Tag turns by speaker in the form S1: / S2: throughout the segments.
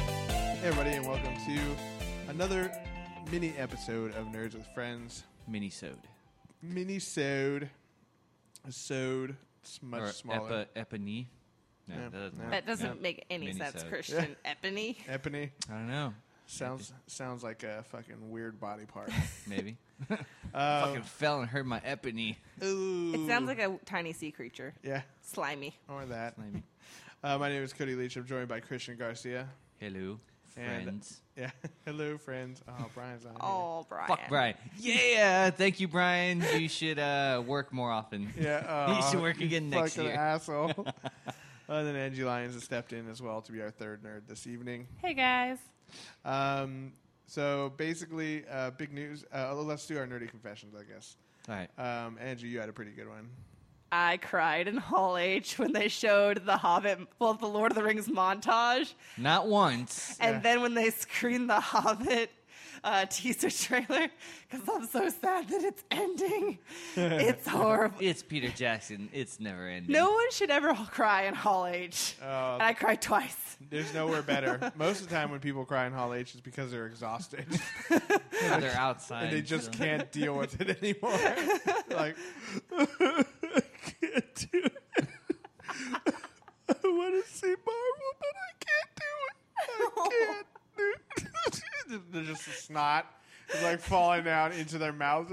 S1: Hey everybody, and welcome to another mini episode of Nerds with Friends.
S2: Minisode.
S1: Mini sewed, sewed. It's much
S2: or
S1: smaller.
S2: Epi- epony. No,
S1: Yeah,
S2: that doesn't
S1: yeah.
S2: work.
S3: That doesn't
S1: Yeah.
S3: make any
S2: Mini
S3: sense,
S2: sode.
S3: Christian. Epony.
S1: Epony
S2: I don't know.
S1: sounds sounds like a fucking weird body part.
S2: Maybe.
S1: Um,
S2: Fucking fell and hurt my epony.
S1: ooh.
S3: It sounds like a tiny sea creature.
S1: yeah,
S3: Slimy.
S1: or that.
S2: Maybe.
S1: Uh, my name is Cody Leach. I'm joined by Christian Garcia.
S2: Hello,
S1: And-
S2: friends.
S1: Yeah, hello friends. Oh, Brian's not
S3: Oh, Brian.
S2: Fuck Brian. Yeah, thank you, Brian. You should uh, work more often.
S1: here. Yeah,
S2: You
S1: oh,
S2: should work again next
S1: fucking
S2: year.
S1: asshole. and then Angie Lyons has stepped in as well to be our third nerd this evening.
S3: Hey, guys.
S1: Um, so basically, uh, big news. Uh, oh, let's do our nerdy confessions, I guess.
S2: All right.
S1: Um, Angie, you had a pretty good one.
S3: I cried in Hall H when they showed the Hobbit, well, the Lord of the Rings montage.
S2: Not once.
S1: Yeah.
S3: And then when they screened the Hobbit uh, teaser trailer, because I'm so sad that it's ending. it's horrible.
S2: It's Peter Jackson. It's never ending.
S3: No one should ever cry in Hall H.
S1: Uh,
S3: and I cried twice.
S1: There's nowhere better. Most of the time, when people cry in Hall H, it's because they're exhausted
S2: They're outside.
S1: and they just
S2: so-
S1: can't deal with it anymore. like, I can't do it. I want to see Marvel, but I can't do it. I can't do it. they're just a snot, is like falling down into their mouths.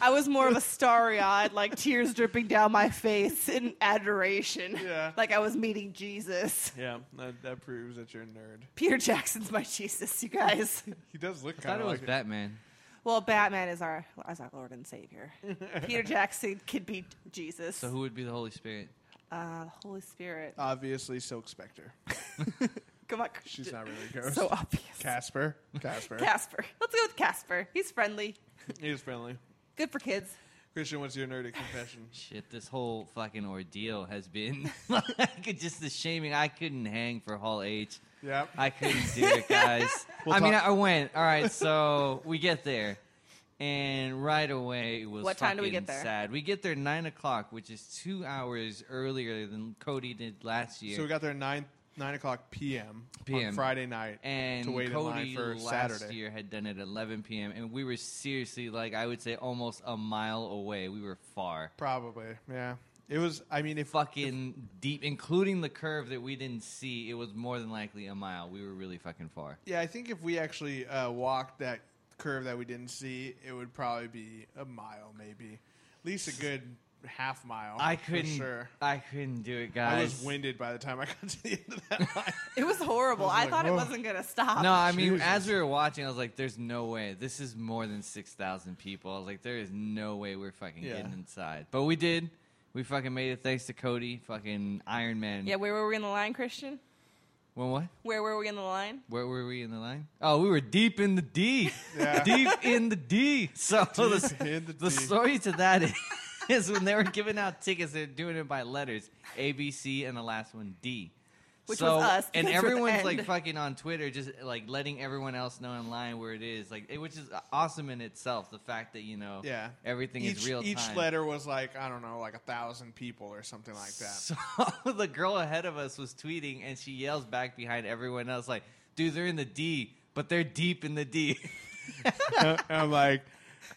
S3: I was more of a starry eyed, like tears dripping down my face in adoration.
S1: Yeah.
S3: Like I was meeting Jesus.
S1: Yeah, that, that proves that you're a nerd.
S3: Peter Jackson's my Jesus, you guys.
S1: He does look
S2: I thought
S1: kind
S2: it
S1: of
S2: was
S1: like it.
S2: Batman.
S3: well, Batman is our is our Lord and Savior. Peter Jackson could be Jesus.
S2: So who would be the Holy Spirit?
S3: uh, the Holy Spirit.
S1: Obviously, Silk Spectre.
S3: Come on,
S1: She's
S3: Christian.
S1: not really a ghost.
S3: so obvious.
S1: Casper. Casper.
S3: Casper. Let's go with Casper. He's friendly.
S1: he is friendly.
S3: Good for kids.
S1: Christian, what's your nerdy confession?
S2: Shit, this whole fucking ordeal has been like just the shaming. I couldn't hang for Hall H.
S1: Yep.
S2: I couldn't do it, guys.
S1: We'll
S2: I mean, I,
S1: talk-
S2: I went. All right, so we get there, and right away it was.
S3: What time do we
S2: fucking
S3: get there?
S2: Sad. We get there nine o'clock, which is two hours earlier than Cody did last year.
S1: So we got there nine nine o'clock p.m. on
S2: PM.
S1: Friday night
S2: and
S1: to wait
S2: Cody
S1: in line for
S2: last
S1: Saturday.
S2: year had done it at 11 p.m. and we were seriously like I would say almost a mile away. We were far,
S1: Probably. Yeah. It was. I mean, if
S2: fucking deep, including the curve that we didn't see. It was more than likely a mile. We were really fucking far.
S1: yeah, I think if we actually uh, walked that curve that we didn't see, it would probably be a mile, maybe, at least a good half mile.
S2: I
S1: for
S2: couldn't.
S1: sure.
S2: I couldn't do it, guys.
S1: I was winded by the time I got to the end of that line.
S3: It was horrible.
S1: I was
S3: I,
S1: like,
S3: thought
S1: whoa.
S3: it wasn't gonna stop.
S2: No, I mean,
S1: Jesus.
S2: as we were watching, I was like, "There's no way. This is more than six thousand people." I was like, "There is no way we're fucking
S1: Yeah.
S2: getting inside." But we did. We fucking made it thanks to Cody, fucking Iron Man.
S3: Yeah, where were we in the line, Christian?
S2: When what?
S3: Where were we in the line?
S2: Where were we in the line? Oh, we were deep in the D.
S1: Yeah.
S2: Deep in the D. So
S1: Deep
S2: the,
S1: in the
S2: the
S1: D.
S2: story to that is, is when they were giving out tickets, they're doing it by letters A, B, C, and the last one D.
S3: Which
S2: so,
S3: was us,
S2: And
S3: because we're the
S2: everyone's like
S3: end.
S2: fucking on Twitter, just like letting everyone else know in line where it is, like it, which is awesome in itself. The fact that you know,
S1: Yeah.
S2: everything
S1: each,
S2: is real.
S1: Each
S2: time.
S1: letter was like, I don't know, like a thousand people or something like that.
S2: So the girl ahead of us was tweeting, and she yells back behind everyone else, like, "Dude, they're in the D, but they're deep in the D."
S1: and I'm like,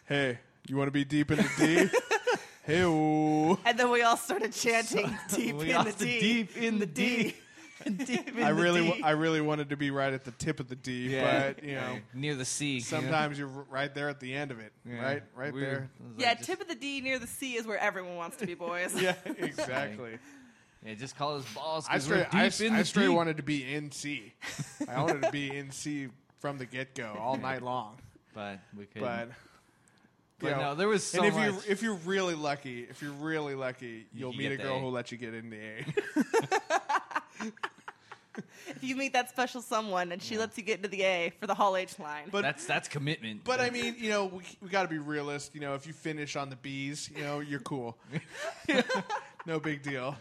S1: hey, you want to be deep in the D? hey, ooh.
S3: And then we all started chanting deep
S2: We
S3: in the
S2: lost
S3: D.
S2: deep in the D. deep in
S1: I
S2: the
S1: really,
S2: D.
S1: w- I really wanted to be right at the tip of the D,
S2: Yeah.
S1: but you know,
S2: near the C. you know?
S1: sometimes you're r- right there at the end of it,
S2: Yeah.
S1: right, right
S2: We were-
S1: there.
S2: it was like
S3: Yeah,
S2: just-
S3: tip of the D near the C is where everyone wants to be, boys.
S1: Yeah, exactly.
S2: Yeah, just call us balls.
S1: I
S2: 'cause we're
S1: straight, I,
S2: deep in
S1: I
S2: the
S1: straight
S2: D.
S1: wanted to be in C. I wanted to be in C from the get go all night long,
S2: but we couldn't.
S1: but.
S2: But
S1: you know,
S2: no, there was so
S1: and if
S2: much.
S1: you're if you're really lucky, if you're really lucky, you'll
S2: can
S1: meet a
S2: get the
S1: girl
S2: A.
S1: who'll let you get in the A.
S3: If you meet that special someone and she lets you get into the A for the Hall H line.
S1: But-
S2: that's that's commitment.
S1: But I
S2: That's-
S1: mean, you know, we, we got to be realist. You know, if you finish on the B's, you know, you're cool. no big deal.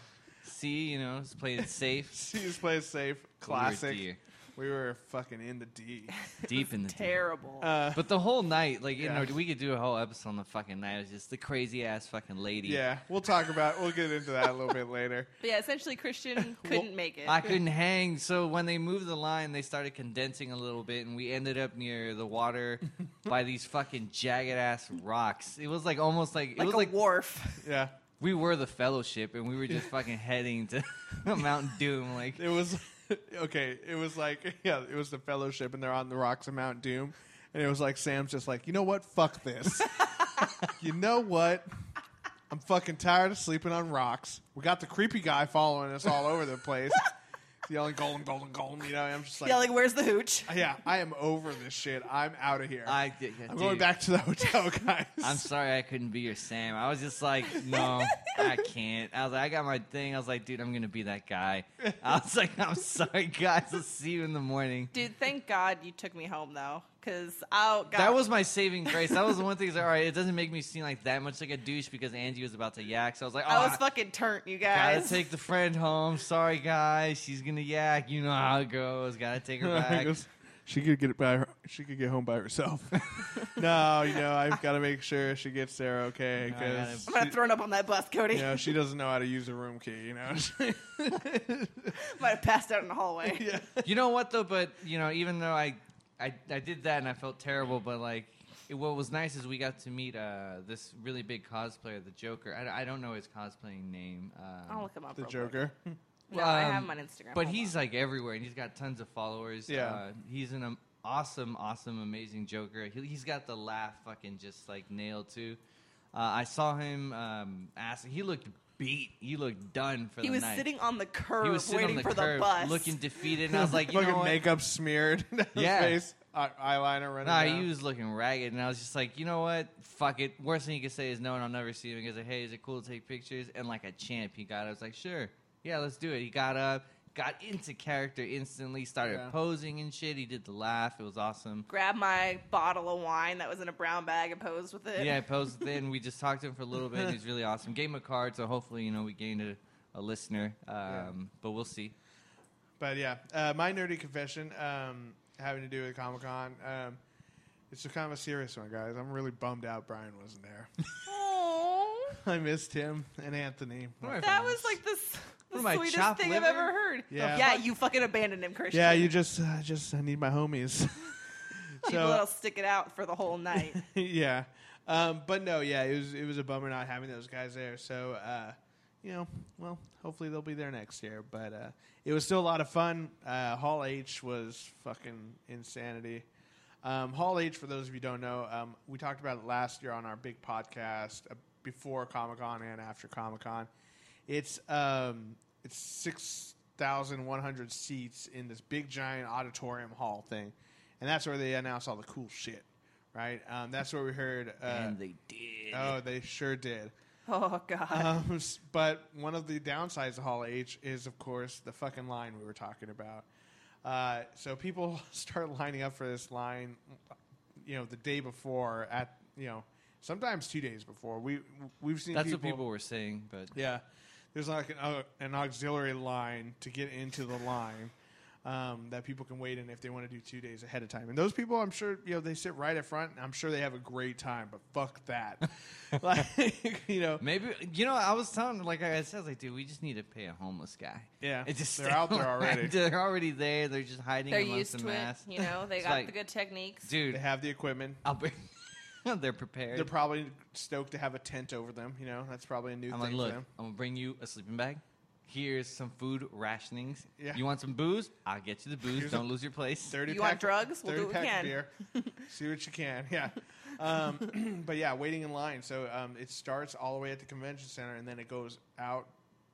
S2: C, you know, just playing safe.
S1: See this place safe,
S2: But we were
S1: classic.
S2: dear.
S1: We were fucking in the D.
S2: deep in the deep.
S3: Terrible.
S1: Uh,
S2: But the whole night, like you
S1: Yeah.
S2: know, we could do a whole episode on the fucking night. It was just the crazy ass fucking lady.
S1: yeah, we'll talk about. We'll get into that a little bit later.
S3: but yeah, essentially Christian couldn't make it.
S2: I couldn't hang, so when they moved the line, they started condensing a little bit, and we ended up near the water by these fucking jagged ass rocks. It was like almost like it
S3: like
S2: was
S3: a
S2: like
S3: wharf.
S1: Yeah,
S2: we were the fellowship, and we were just fucking heading to Mount Doom. Like
S1: it was okay. It was like yeah, it was the Fellowship, and they're on the rocks of Mount Doom, and it was like Sam's just like, you know what? Fuck this. you know what? I'm fucking tired of sleeping on rocks. We got the creepy guy following us all over the place, yelling golden, golden, golden. You know, and I'm just like,
S3: yeah, like where's the hooch?
S1: yeah, I am over this shit. I'm out of here. I,
S2: I, yeah,
S1: am going
S2: dude,
S1: back to the hotel, guys.
S2: I'm sorry I couldn't be your Sam. I was just like, no, I can't. I was like, I got my thing. I was like, dude, I'm gonna be that guy. I was like, I'm sorry, guys. I'll see you in the morning.
S3: Dude, thank God you took me home though, because I got
S2: That was my saving grace. That was the one thing. is Like, all right, it doesn't make me seem like that much like a douche because Angie was about to yak. So I was like, oh,
S3: I was fucking turnt, you
S2: gotta
S3: guys.
S2: take the friend home. Sorry, guys, she's gonna yak. You know how it goes. Gotta take her
S1: He
S2: back.
S1: goes, she could get it by her, she could get home by herself. no, you know, I've got to make sure she gets there okay
S2: No, I gotta-
S1: because
S3: I'm gonna throw it up on that bus, Cody.
S1: you know she doesn't know how to use a room key. You know,
S3: Might have passed out in the hallway.
S1: yeah,
S2: You know what though? But you know, even though I, I, I did that and I felt terrible, but like, it, what was nice is we got to meet uh, this really big cosplayer, the Joker. I, I don't know his cosplaying name. Um,
S3: I'll look him up.
S1: the
S3: real quick.
S1: Joker.
S3: No, I
S2: Um,
S3: have him on Instagram.
S2: But
S3: Hold
S2: he's
S3: on.
S2: like everywhere, and he's got tons of followers.
S1: Yeah.
S2: uh, he's an um, awesome, awesome, amazing Joker. He, he's got the laugh, fucking just like nailed too. Uh, I saw him um, ask. He looked beat. He looked done for
S3: he
S2: the
S3: was
S2: night.
S3: sitting on the curb
S2: he was sitting
S3: waiting
S2: on the
S3: for
S2: curb,
S3: the bus.
S2: looking defeated, and I was like, you
S1: fucking
S2: know what?
S1: makeup smeared, in his
S2: Yeah.
S1: face, eye- eyeliner running.
S2: Nah,
S1: down.
S2: he was looking ragged, and I was just like, you know what? Fuck it. Worst thing you could say is no, and I'll never see him. He goes, like, hey, is it cool to take pictures? And like a champ, he got. up. I was like, sure, yeah, let's do it. He got up, got into character instantly, started
S1: Yeah.
S2: posing and shit. He did the laugh. It was awesome.
S3: grabbed my bottle of wine that was in a brown bag and posed with it.
S2: Yeah, I posed then. We just talked to him for a little bit. and He's really awesome. Gave him a card, so hopefully, you know, we gained a, a listener. Um, But we'll see.
S1: But yeah, uh, my nerdy confession um, having to do with Comic Con. Um, it's a kind of a serious one, guys. I'm really bummed out Brian wasn't there.
S3: Aw,
S1: I missed him and Anthony.
S2: Don't
S3: that
S2: worry
S3: was
S2: about
S3: like the, s- the
S2: What am I,
S3: sweetest
S2: chopped
S3: thing I've
S2: liver?
S3: ever heard.
S1: Yeah.
S3: yeah, you fucking abandoned him, Christian.
S1: Yeah, you just, uh, just I need my homies.
S3: People that'll stick it out for the whole night.
S1: yeah. Um, but no, yeah, it was it was a bummer not having those guys there. So uh, you know, well, hopefully they'll be there next year. But uh, it was still a lot of fun. Uh, Hall H was fucking insanity. Um, Hall H, for those of you who don't know, um, we talked about it last year on our big podcast uh, before Comic Con and after Comic Con. It's um, it's six thousand one hundred seats in this big giant auditorium hall thing, and that's where they announce all the cool shit, right? Um, that's where we heard. Uh,
S2: and they did.
S1: oh, they sure did.
S3: Oh god.
S2: Uh-huh.
S1: Um, s- but one of the downsides of Hall H is, of course, the fucking line we were talking about. Uh, so people start lining up for this line, you know, the day before at you know, sometimes two days before. We we've seen
S2: That's what people were saying, but
S1: yeah, there's like an, au- an auxiliary line to get into the line um, that people can wait in if they want to do two days ahead of time. And those people, I'm sure, you know, they sit right at front. And I'm sure they have a great time, but fuck that, like you know,
S2: Maybe you know I was telling like I said I was like dude we just need to pay a homeless guy.
S1: Yeah.
S2: It just
S1: They're out there already.
S2: they're already there. They're just hiding
S3: They're
S2: amongst
S3: used
S2: the
S3: to it.
S2: mass.
S3: You know, they
S2: It's
S3: got
S2: like,
S3: the good techniques.
S1: they
S2: Dude,
S1: have the equipment.
S2: I'll bring. they're prepared.
S1: They're probably stoked to have a tent over them. You know, that's probably a new
S2: I'm
S1: thing
S2: like, look,
S1: for
S2: I'm
S1: them.
S2: gonna bring you a sleeping bag. Here's some food rationings.
S1: Yeah.
S2: You want some booze? I'll get you the booze.
S1: Here's a-
S2: Don't lose your place.
S1: Thirty.
S3: You
S1: pack,
S3: want drugs? We'll
S1: 30
S3: do what we
S1: pack
S3: can.
S1: Of beer. See what you can. Yeah. Um, but yeah, waiting in line. So um, it starts all the way at the convention center, and then it goes out,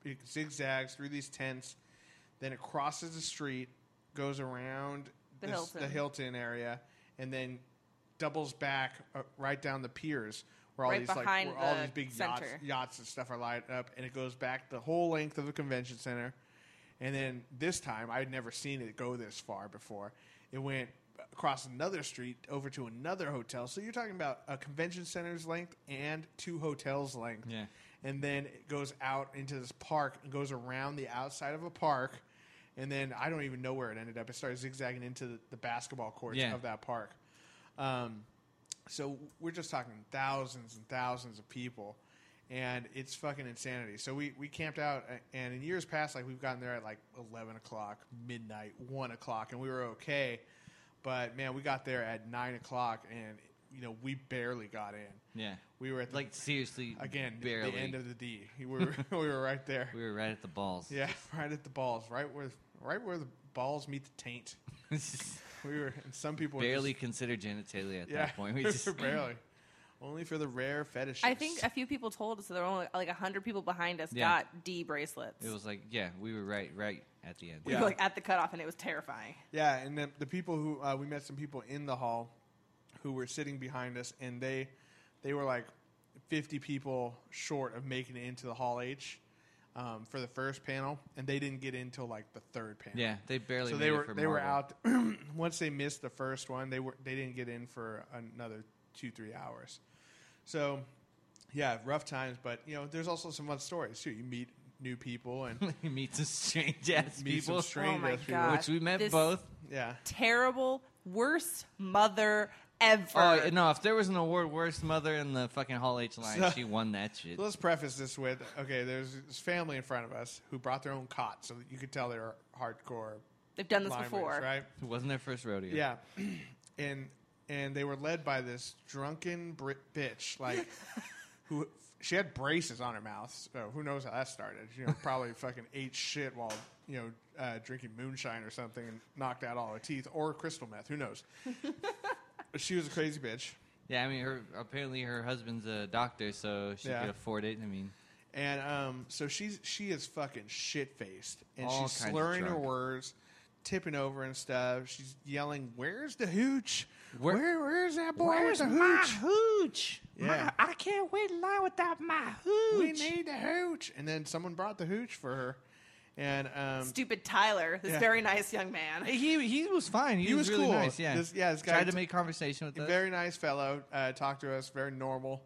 S1: it zigzags through these tents, then it crosses the street, goes around
S3: The
S1: this-
S3: Hilton.
S1: the Hilton area, and then doubles back uh, right down the piers where all
S3: Right
S1: these like
S3: behind
S1: where all
S3: the
S1: these big yachts,
S3: center.
S1: yachts and stuff are lined up, and it goes back the whole length of the convention center. And then this time, I'd never seen it go this far before. It went across another street over to another hotel. So you're talking about a convention center's length and two hotels' length.
S2: Yeah.
S1: And then it goes out into this park and goes around the outside of a park and then I don't even know where it ended up. It started zigzagging into the, the basketball courts
S2: Yeah.
S1: of that park. Um, so we're just talking thousands and thousands of people, and it's fucking insanity. So we we camped out, a- and in years past, like we've gotten there at like eleven o'clock, midnight, one o'clock, and we were okay. But man, we got there at nine o'clock, and you know we barely got in.
S2: Yeah.
S1: We were at the,
S2: Like seriously,
S1: again
S2: barely.
S1: the end of the D. We were we were right there.
S2: we were right at the balls.
S1: Yeah, right at the balls, right where right where the balls meet the taint. We were, and some people were
S2: barely
S1: just-
S2: considered genitalia at
S1: yeah,
S2: that point. We just
S1: barely, only for the rare fetishes.
S3: I think a few people told us that there were only like hundred people behind us
S2: Yeah.
S3: got D bracelets.
S2: It was like, yeah, we were right, right at the end.
S3: we
S1: Yeah.
S3: were like at the cutoff, and it was terrifying.
S1: yeah, and the, the people who uh, we met some people in the hall who were sitting behind us, and they they were like fifty people short of making it into the hall H um, for the first panel, and they didn't get in till like the third panel.
S2: Yeah, they barely.
S1: so
S2: made
S1: they
S2: it
S1: were
S2: for
S1: they were
S2: Marvel.
S1: out once they missed the first one they were they didn't get in for another two three hours so yeah rough times but you know there's also some fun stories too you meet new people and
S2: He meets some strange ass
S1: meet
S2: people,
S1: some strange
S3: Oh my
S1: ass people.
S3: God.
S2: which we met
S3: This-
S2: both.
S1: yeah
S3: Terrible, worst mother ever.
S2: Oh no! If there was an award, worst mother in the fucking Hall H line,
S1: So-
S2: she won that shit.
S1: so let's preface this with okay there's this family in front of us who brought their own cot so that you could tell they're hardcore
S3: They've done this
S1: climbers,
S3: before.
S1: right
S2: It wasn't their first rodeo.
S1: Yeah, and and they were led by this drunken Brit bitch, like who she had braces on her mouth. So who knows how that started? You know, probably fucking ate shit while you know uh, drinking moonshine or something and knocked out all her teeth or crystal meth. Who knows? But she was a crazy bitch,
S2: yeah. I mean, her apparently her husband's a doctor, so she
S1: Yeah.
S2: could afford it. I mean,
S1: and um, so she's she is fucking shit faced, and
S2: All
S1: she's
S2: kinds of
S1: slurring her
S2: drunk.
S1: words. Tipping over and stuff. She's yelling, "Where's the hooch?
S2: Where-
S1: Where, where's that boy with the hooch?
S2: hooch?
S1: Yeah.
S2: I can't wait long without my hooch.
S1: we need the hooch. And then someone brought the hooch for her. And um,
S3: Stupid Tyler, this
S1: Yeah.
S3: very nice young man.
S2: he he was fine. He,
S1: He
S2: was,
S1: was
S2: really
S1: cool.
S2: nice. Yeah,
S1: This- yeah, this guy
S2: tried to
S1: t-
S2: make conversation with us.
S1: very nice fellow, uh, talked to us, very normal.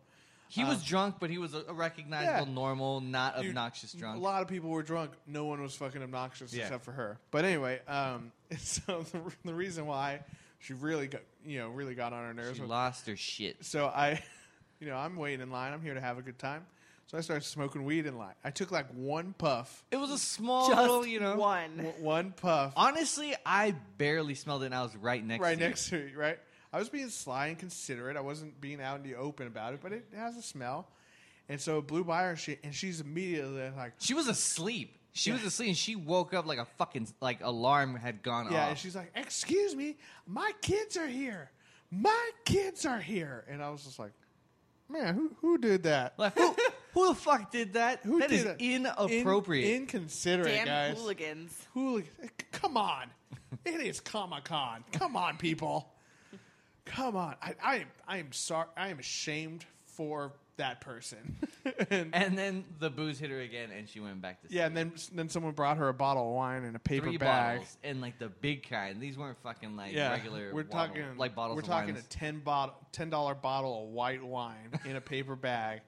S2: he was drunk, but he was a a recognizable,
S1: Yeah.
S2: normal, not
S1: Dude,
S2: obnoxious
S1: A
S2: drunk.
S1: lot of people were drunk. No one was fucking obnoxious
S2: Yeah.
S1: except for her. But anyway, um, so the, the reason why she really got, you know, really got on her nerves
S2: She
S1: was
S2: lost her shit.
S1: So I, you know, I'm waiting in line. I'm here to have a good time. So I started smoking weed in line. I took like one puff,
S2: It was a small
S3: Just
S2: little, you know.
S3: one.
S1: w- one puff,
S2: Honestly, I barely smelled it, and I was right next.
S1: right
S2: to you.
S1: next to you, right? I was being sly and considerate. I wasn't being out in the open about it, but it has a smell. And so it blew by her, and, she, and she's immediately like,
S2: She was asleep. She was
S1: Yeah.
S2: asleep, and she woke up like a fucking like alarm had gone
S1: yeah,
S2: off.
S1: and she's like, excuse me, my kids are here. My kids are here. And I was just like, man, who, who did that?
S2: like, who, who the fuck did that?
S1: Who
S2: That
S1: did
S2: is
S1: that?
S2: inappropriate.
S1: In, inconsiderate,
S3: Damn
S1: guys.
S3: hooligans.
S1: Hooli- Come on. it is Comic Con. Come on, people. Come on. I, I, am- I am sorry. I am ashamed for that person. and
S2: and then the booze hit her again, and she went back to
S1: Yeah,
S2: sleep.
S1: and then then someone brought her a bottle of wine in a paper
S2: three
S1: bag.
S2: bottles and like the big kind. These weren't fucking like
S1: Yeah,
S2: regular.
S1: we're
S2: bottle-
S1: talking
S2: like bottles.
S1: We're
S2: of
S1: talking
S2: wines.
S1: a ten bottle, ten dollar bottle of white wine in a paper bag,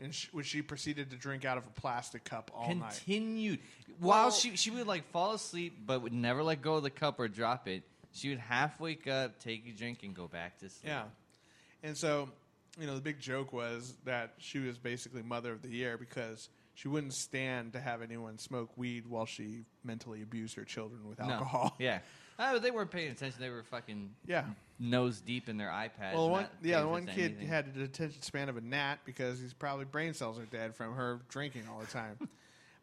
S1: and sh which she proceeded to drink out of a plastic cup all night.
S2: continued while
S3: Well-
S2: she she would like fall asleep but would never let go of the cup or drop it she would half wake up take a drink and go back to sleep
S1: Yeah, and so you know the big joke was that she was basically mother of the year because she wouldn't stand to have anyone smoke weed while she mentally abused her children with
S2: No.
S1: alcohol.
S2: yeah Ah, but they weren't paying attention they were fucking
S1: yeah.
S2: nose deep in their iPads
S1: Well, the
S2: not
S1: one,
S2: paying
S1: yeah, the one
S2: attention to
S1: kid
S2: anything.
S1: had an attention span of a gnat because his probably brain cells are dead from her drinking all the time.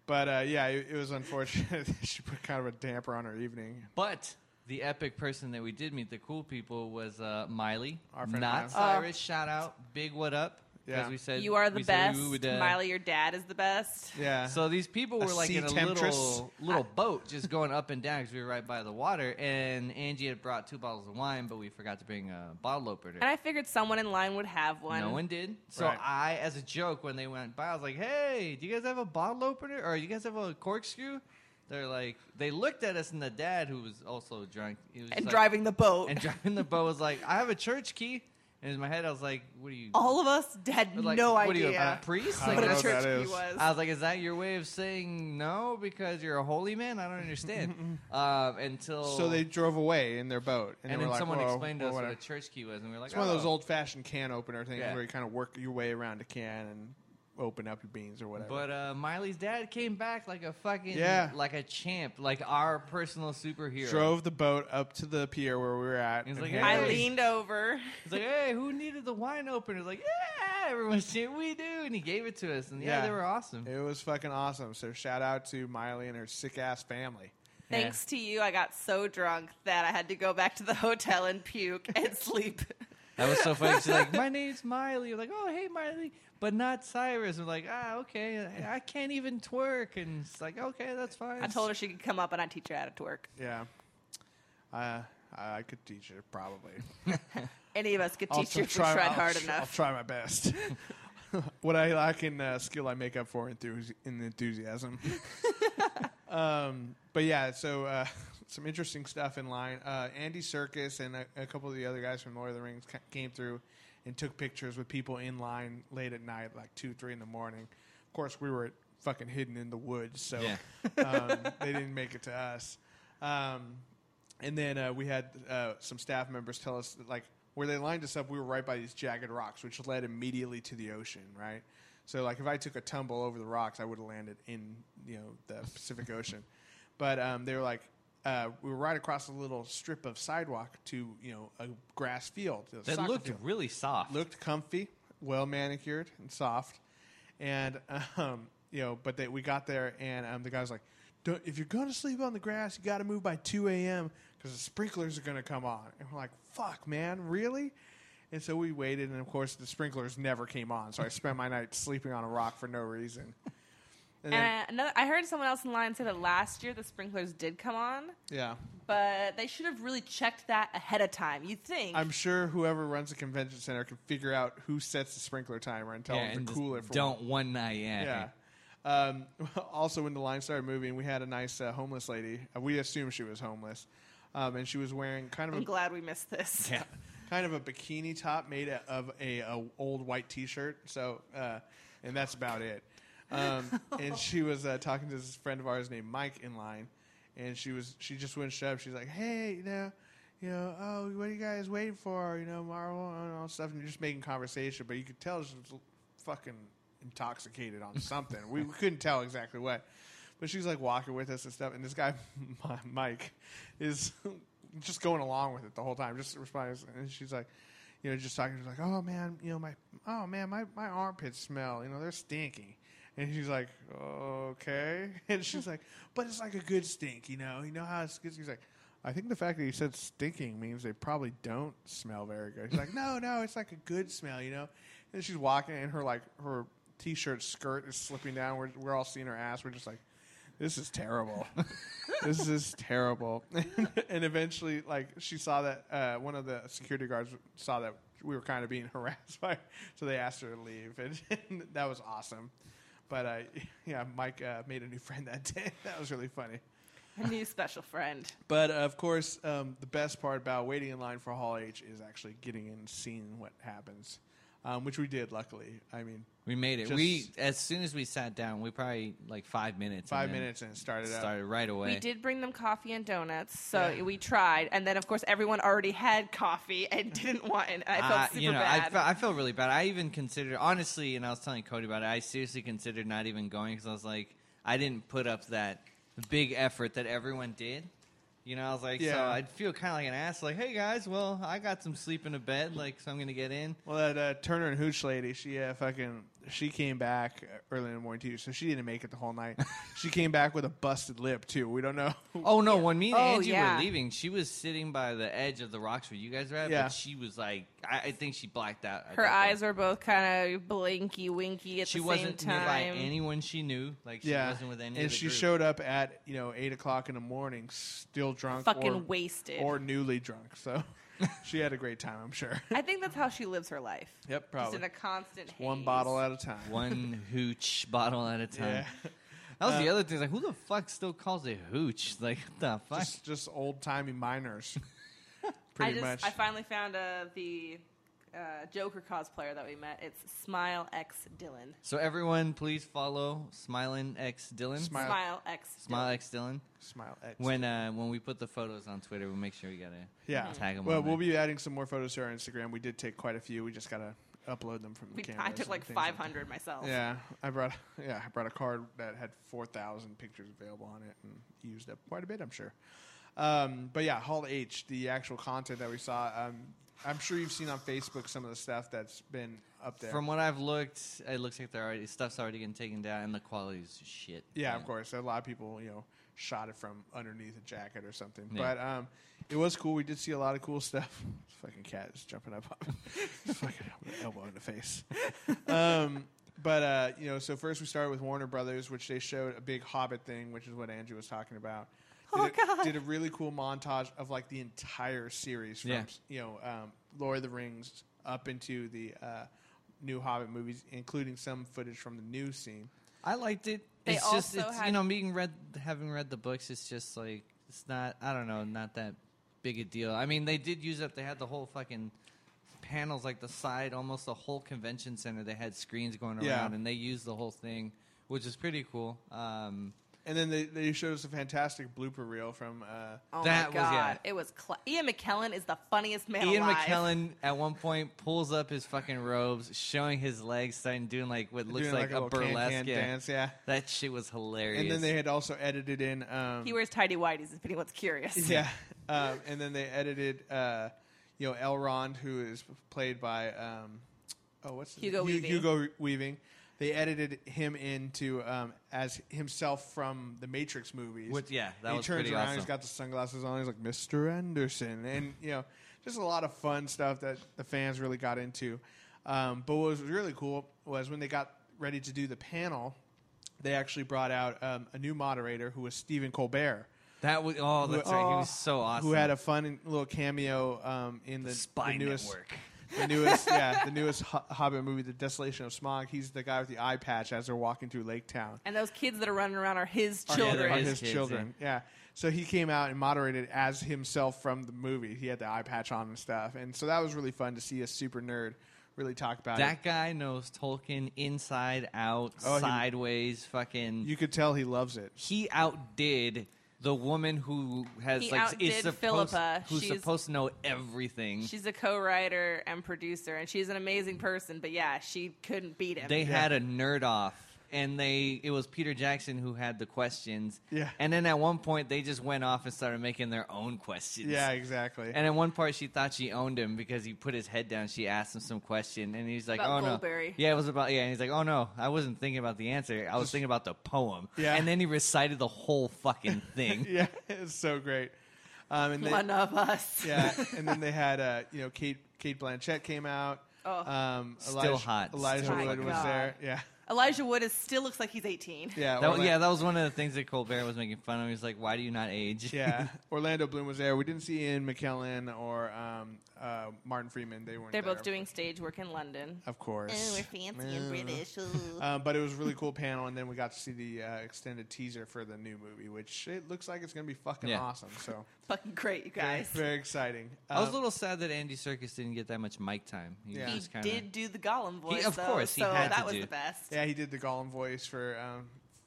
S1: but uh, yeah, it, it was unfortunate. that she put kind of a damper on her evening.
S2: but the epic person that we did meet the cool people was uh, Miley
S1: Our friend
S2: not
S1: Miley.
S2: Cyrus shout out big what up because
S1: Yeah.
S2: we said
S3: You are the
S2: we said
S3: best.
S2: we would, uh,
S3: Miley, your dad is the best.
S1: Yeah.
S2: So these people were
S1: A
S2: like
S1: sea
S2: in a
S1: temptress.
S2: little little boat, just going up and down because we were right by the water. And Angie had brought two bottles of wine, but we forgot to bring a bottle opener.
S3: And I figured someone in line would have one.
S2: no one did. So
S1: Right.
S2: I, as a joke, when they went by, I was like, "Hey, do you guys have a bottle opener, or you guys have a corkscrew?" They're like, they looked at us, and the dad, who was also drunk, he was
S3: and
S2: just like-
S3: driving the boat.
S2: and driving the boat, was like, "I have a church key." And in my head, I was like, "What are you?"
S3: All of us had
S2: like,
S3: Oh, no
S2: what
S3: idea
S2: Are you, a priest?
S1: I
S2: Like,
S1: don't
S3: what
S1: know
S3: a
S2: that's-
S1: what
S3: church
S1: that
S3: he
S1: is.
S3: was.
S2: I was like, "Is that your way of saying no because you're a holy man?" I don't understand. um, until
S1: So they drove away in their boat, and,
S2: and,
S1: they
S2: then
S1: were like,
S2: someone
S1: "Whoa,
S2: explained to
S1: whoa,
S2: us
S1: whatever."
S2: what a church key was, and we were like,
S1: It's one of those
S2: "Oh."
S1: old-fashioned can opener things
S2: Yeah.
S1: where you kind of work your way around a can and open up your beans or whatever.
S2: But uh, Miley's dad came back like a fucking
S1: Yeah.
S2: like a champ, like our personal superhero.
S1: drove the boat up to the pier where we were at.
S2: He's
S1: and
S2: like,
S1: handed
S3: I
S2: Hey.
S1: us-
S3: leaned over.
S2: He's like, hey, who needed the wine opener? Like, yeah, everyone's saying we do, and he gave it to us, and yeah,
S1: Yeah.
S2: they were awesome.
S1: It was fucking awesome. So shout out to Miley and her sick ass family.
S3: Thanks to you, I got so drunk that I had to go back to the hotel and puke and sleep.
S2: That was so funny. She's like, my name's Miley. I'm like, oh, hey, Miley, but not Cyrus. I'm like, ah, okay, I- I can't even twerk, and it's like, okay, that's fine.
S3: I told her she could come up and I'd teach her how to twerk.
S1: Yeah, uh, I I could teach her probably.
S3: Any of us could
S1: I'll
S3: teach her if we
S1: try-
S3: tried
S1: I'll
S3: hard
S1: tr- I'll
S3: enough.
S1: try my best. what I lack in uh, skill, I make up for enthusi- in enthusiasm. um, but yeah, so uh, some interesting stuff in line. Uh, Andy Circus and a, a couple of the other guys from Lord of the Rings ca- came through and took pictures with people in line late at night, like two, three in the morning. Of course, we were fucking hidden in the woods, so
S2: Yeah.
S1: um, they didn't make it to us. Um, and then uh, we had uh, some staff members tell us that, like where they lined us up, we were right by these jagged rocks, which led immediately to the ocean, right? So like if I took a tumble over the rocks, I would have landed in you know the Pacific Ocean. But um, they were like, uh, we were right across a little strip of sidewalk to you know a grass field. a
S2: that
S1: soccer
S2: looked
S1: field
S2: really soft.
S1: looked comfy, well manicured and soft, and um, you know. But they, we got there, and um, the guy was like, Don't, "If you're gonna sleep on the grass, you got to move by two a.m. because the sprinklers are gonna come on." And we're like, "Fuck, man, really?" And so we waited, and of course the sprinklers never came on. So I spent my night sleeping on a rock for no reason. And then,
S3: And I, another, I heard someone else in line say that last year the sprinklers did come on,
S1: yeah,
S3: but they should have really checked that ahead of time. You'd think.
S1: I'm sure whoever runs the convention center can figure out who sets the sprinkler timer and tell
S2: yeah,
S1: them
S2: and
S1: to
S2: just
S1: cool it for
S2: don't one night, yeah.
S1: Yeah. Um, also, when the line started moving, we had a nice uh, homeless lady. Uh, we assumed she was homeless, um, and she was wearing kind of
S3: I'm
S1: a
S3: glad we missed this.
S2: Yeah.
S1: kind of a bikini top made a- of a, a old white T-shirt. So, uh, and that's about it. Um, and she was uh, talking to this friend of ours named Mike in line, and she was she just wouldn't shut up. She's like, "Hey, you know, you know, oh, what are you guys waiting for? You know, Marvel and all stuff." And just making conversation, but you could tell she was fucking intoxicated on something. we, we couldn't tell exactly what. But she's like walking with us and stuff, and this guy, Mi- Mike, is just going along with it the whole time, just responding. And she's like, you know, just talking. She's like, oh man, you know my, oh man, my my armpits smell. You know they're stinky. And she's like, okay. And she's like, but it's like a good stink, you know. You know how it's good. He's like, I think the fact that he said stinking means they probably don't smell very good. She's like, no, no, it's like a good smell, you know. And she's walking, and her like her t-shirt skirt is slipping down. We're we're all seeing her ass. We're just like, this is terrible. this is terrible. and eventually, like she saw that uh, one of the security guards saw that we were kind of being harassed by, her, so they asked her to leave, and, that was awesome. But uh, yeah, Mike uh, made a new friend that day. that was really funny.
S3: A new special friend.
S1: But uh, of course, um, the best part about waiting in line for Hall H is actually getting in and seeing what happens, um, which we did. Luckily, I mean,
S2: We made it.
S1: Just-
S2: we as soon as we sat down, we probably like five minutes. and
S1: five
S2: then
S1: minutes and it started, up.
S2: started right away.
S3: We did bring them coffee and donuts, so
S1: Yeah.
S3: we tried. And then, of course, everyone already had coffee and didn't want it. I felt
S2: Uh,
S3: super
S2: you know, I,
S3: bad.
S2: fe- I felt really bad. I even considered, honestly, and I was telling Cody about it. I seriously considered not even going because I was like, I didn't put up that big effort that everyone did. You know, I was like, so
S1: Yeah.
S2: I'd feel kind of like an ass. Like, hey guys, well, I got some sleep in a bed, like, so I'm gonna get in.
S1: Well, that uh, Turner and Hooch lady, she uh, fucking she came back early in the morning too, so she didn't make it the whole night. she came back with a busted lip too. We don't know.
S2: Oh no! When me and
S3: Oh,
S2: Angie
S3: yeah.
S2: were leaving, she was sitting by the edge of the rocks where you guys were at.
S1: Yeah.
S2: But she was like, I, I think she blacked out. at
S3: Her
S2: that point.
S3: eyes were both kind of blinky, winky at
S2: She
S3: the
S2: wasn't
S3: same
S2: nearby
S3: time.
S2: anyone she knew. Like, she
S1: yeah,
S2: wasn't with any.
S1: and
S2: of the
S1: she
S2: group.
S1: showed up at you know eight o'clock in the morning, still drunk,
S3: Fucking
S1: or,
S3: wasted.
S1: or newly drunk. So she had a great time, I'm sure.
S3: I think that's how she lives her life.
S1: Yep,
S3: Just
S1: probably
S3: in a constant haze.
S1: one bottle at a time.
S2: one hooch bottle at a time.
S1: yeah,
S2: That was
S1: Uh,
S2: the other thing. Like, who the fuck still calls it hooch? Like, what the fuck?
S1: just just old timey miners,
S3: I
S1: pretty
S3: just,
S1: much.
S3: I finally found uh, the uh, Joker cosplayer that we met. It's Smile X Dylan.
S2: So everyone, please follow Smiling X Dylan.
S1: Smile.
S3: Smile X.
S2: Smile
S3: Dylan.
S2: X Dylan.
S1: Smile X.
S2: When uh, when we put the photos on Twitter, we'll make sure we gotta
S1: yeah.
S2: tag them.
S1: Well, we'll be adding some more photos to our Instagram. We did take quite a few. We just gotta upload them from the
S3: We-
S1: camera.
S3: I took like 500 myself.
S1: Yeah, I brought yeah I brought a card that had four thousand pictures available on it and used up quite a bit, I'm sure. Um, but yeah, Hall H, the actual content that we saw, um, I'm sure you've seen on Facebook some of the stuff that's been up there.
S2: From what I've looked, it looks like they're already stuff's already getting taken down, and the quality's shit.
S1: yeah, of course, a lot of people you know shot it from underneath a jacket or something.
S2: Yeah.
S1: But um, it was cool. We did see a lot of cool stuff. fucking cat is jumping up on me. fucking elbow in the face. um, but uh, you know, so first we started with Warner Brothers, which they showed a big Hobbit thing, which is what Andrew was talking about.
S3: Oh,
S1: did a,
S3: God.
S1: Did a really cool montage of like the entire series from
S2: Yeah.
S1: you know um, Lord of the Rings up into the uh, new Hobbit movies, including some footage from the new scene.
S2: I liked it.
S3: They
S2: it's just
S3: also
S2: it's, you
S3: had-
S2: know, being read having read the books, it's just like it's not I don't know, not that big a deal. I mean, they did use up they had the whole fucking panels like the side almost the whole convention center they had screens going around
S1: Yeah.
S2: and they used the whole thing, which is pretty cool. Um
S1: And then they, they showed us a fantastic blooper reel from uh,
S3: Oh
S2: That
S3: my
S2: was-
S3: god,
S2: yeah.
S3: it was cla Ian McKellen is the funniest man
S2: Ian
S3: alive.
S2: McKellen at one point pulls up his fucking robes, showing his legs, starting doing like what looks
S1: doing
S2: like, a,
S1: little can-can
S2: burlesque yeah.
S1: dance. Yeah.
S2: That shit was hilarious.
S1: And then they had also edited in. Um,
S3: He wears tidy whities if anyone's curious.
S1: yeah. Um, and then they edited, uh, you know, Elrond, who is played by, um, oh, what's his
S3: Hugo
S1: name? Hu-
S3: Weaving.
S1: Hugo Weaving. They edited him into um, as himself from the Matrix movies.
S2: Which- yeah, that
S1: he
S2: was
S1: turns
S2: pretty
S1: around.
S2: awesome.
S1: He's got the sunglasses on. He's like Mr. Anderson, and you know, just a lot of fun stuff that the fans really got into. Um, but what was really cool was when they got ready to do the panel, they actually brought out um, a new moderator who was Stephen Colbert
S2: that was oh, that's right. He was
S1: oh,
S2: so awesome.
S1: who had a fun little cameo um, in the,
S2: spy
S1: the newest,
S2: network.
S1: the newest, yeah, the newest Ho- Hobbit movie, The Desolation of Smog. He's the guy with the eye patch as they're walking through Lake Town.
S3: And those kids that are running around are his
S1: Are-
S3: children.
S1: are
S2: his
S1: his,
S2: kids,
S1: children. Yeah. So he came out and moderated as himself from the movie. He had the eye patch on and stuff, and so that was really fun to see a super nerd really talk about it.
S2: That guy knows Tolkien inside out,
S1: Oh, he-
S2: sideways, fucking.
S1: You could tell he loves it.
S2: he outdid the woman who has
S3: He
S2: like is
S3: outdid
S2: supposed,
S3: Philippa.
S2: who's
S3: She's-
S2: supposed to know everything.
S3: She's a co-writer and producer, and she's an amazing person. But yeah, she couldn't beat him.
S2: they
S1: Yeah.
S2: had a nerd off and they it was peter jackson who had the questions
S1: Yeah.
S2: and then at one point they just went off and started making their own questions
S1: Yeah, exactly.
S2: and at one part she thought she owned him because he put his head down she asked him some question and he's like
S3: About
S2: oh
S3: Goldberry.
S2: no yeah it was about yeah and he's like oh no i wasn't thinking about the answer i was thinking about the poem
S1: Yeah.
S2: and then he recited the whole fucking thing
S1: yeah, it's so great. Um, and then,
S3: One of us.
S1: Yeah, and then they had uh, you know Kate Kate Blanchett came out.
S3: Oh.
S1: Um,
S2: Still hot.
S1: Elijah
S2: Still
S1: Wood
S2: hot.
S1: was
S3: God.
S1: there. Yeah,
S3: Elijah Wood is still looks like he's 18.
S1: yeah,
S2: That,
S1: Orla-
S2: yeah, that was one of the things that Colbert was making fun of. He's like, "Why do you not age?"
S1: yeah. Orlando Bloom was there. We didn't see Ian McKellen or um, uh, Martin Freeman. They weren't.
S3: They're both
S1: there,
S3: doing Oh, stage work in London.
S1: of course. Mm.
S3: ooh.
S1: Um, but it was a really cool panel, and then we got to see the uh, extended teaser for the new movie, which it looks like it's going to be fucking
S2: Yeah.
S1: awesome. So
S3: Fucking great, you
S1: very,
S3: guys.
S1: very exciting.
S2: I was a
S1: Um,
S2: little sad that Andy Circus didn't get that much mic time. was
S1: Yeah.
S3: He
S2: just kinda-
S3: did do the Gollum voice,
S2: of
S3: though,
S2: course, he
S3: so
S2: had to
S3: that was
S2: do.
S3: the best.
S1: yeah, he did the Gollum voice for um,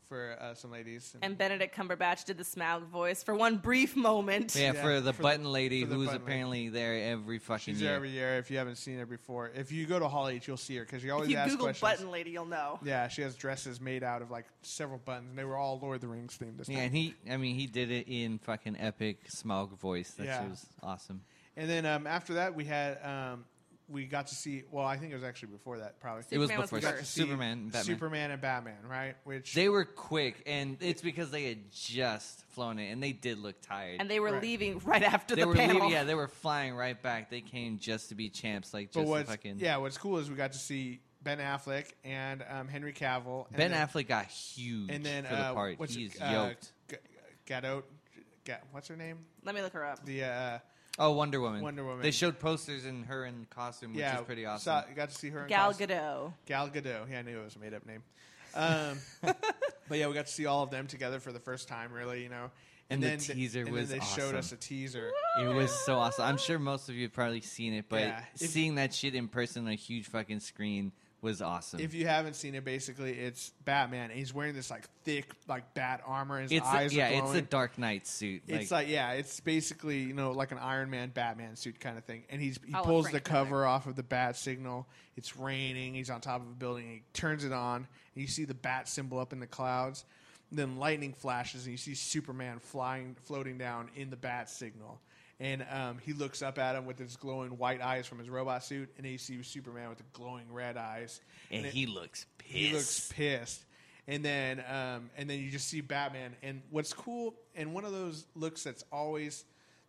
S1: for uh, some ladies.
S3: And Benedict Cumberbatch did the Smaug voice for one brief moment.
S2: Yeah,
S1: Yeah,
S2: for the
S1: for the-
S2: button lady
S1: for the
S2: who's
S1: button lady.
S2: apparently there every fucking
S1: She's
S2: year.
S1: there every year. If you haven't seen her before, if you go to Hall H, you'll see her because she always
S3: If you
S1: asks
S3: Google
S1: questions.
S3: Button Lady, you'll know.
S1: Yeah, she has dresses made out of like several buttons, and they were all Lord of the Rings themed. This
S2: yeah,
S1: time.
S2: and he, I mean, he did it in fucking epic smog voice. That
S1: Yeah.
S2: shit was awesome.
S1: and then um, after that, we had um, we got to see. Well, I think it was actually before that, probably.
S2: it was
S3: Superman was
S2: before
S1: we got to
S3: first.
S1: see
S2: Superman, and Batman.
S1: Superman and Batman, right? Which
S2: They were quick, and it's because they had just flown it, and they did look tired.
S3: And they were
S1: Right.
S3: leaving right after
S2: they
S3: the
S2: were
S3: panel.
S2: leaving, yeah, they were flying right back. They came just to be champs, like
S1: but
S2: just to
S1: what's
S2: fucking.
S1: yeah, what's cool is we got to see Ben Affleck and um, Henry Cavill. And
S2: Ben
S1: then,
S2: Affleck got huge
S1: and then
S2: for the
S1: uh,
S2: part.
S1: What's
S2: He's
S1: uh,
S2: yoked.
S1: G- Gadot, G- what's her name?
S3: Let me look her up.
S1: The uh,
S2: Oh, Wonder Woman.
S1: Wonder Woman.
S2: They showed posters in her in costume, which
S1: yeah,
S2: is pretty awesome.
S1: Saw, got to see her. in
S3: Gal
S1: costume.
S3: Gadot.
S1: Gal Gadot. Yeah, I knew it was a made up name. Um, but yeah, we got to see all of them together for the first time, really, you know.
S2: And, the
S1: then they-
S2: teaser
S1: and
S2: was
S1: then they
S2: awesome.
S1: showed us a teaser.
S2: It was so awesome. I'm sure most of you have probably seen it, but
S1: Yeah. If-
S2: seeing that shit in person on a huge fucking screen was awesome.
S1: If you haven't seen it, basically it's Batman. and He's wearing this like thick like bat armor. His
S2: it's a-
S1: eyes
S2: yeah,
S1: are
S2: it's a
S1: glowing.
S2: Dark Knight suit.
S1: It's like yeah, it's basically you know like an Iron Man Batman suit kind of thing, and he's he
S3: I love
S1: pulls the
S3: Frank
S1: cover off of the bat signal. It's raining. He's on top of a building. And he turns it on, and you see the bat symbol up in the clouds. Then lightning flashes, and you see Superman flying, floating down in the bat signal. And um, he looks up at him with his glowing white eyes from his robot suit, and then you see Superman with the glowing red eyes.
S2: and
S1: it-
S2: he looks pissed.
S1: he looks pissed. And then, um, and then you just see Batman. And what's cool, and one of those looks that's always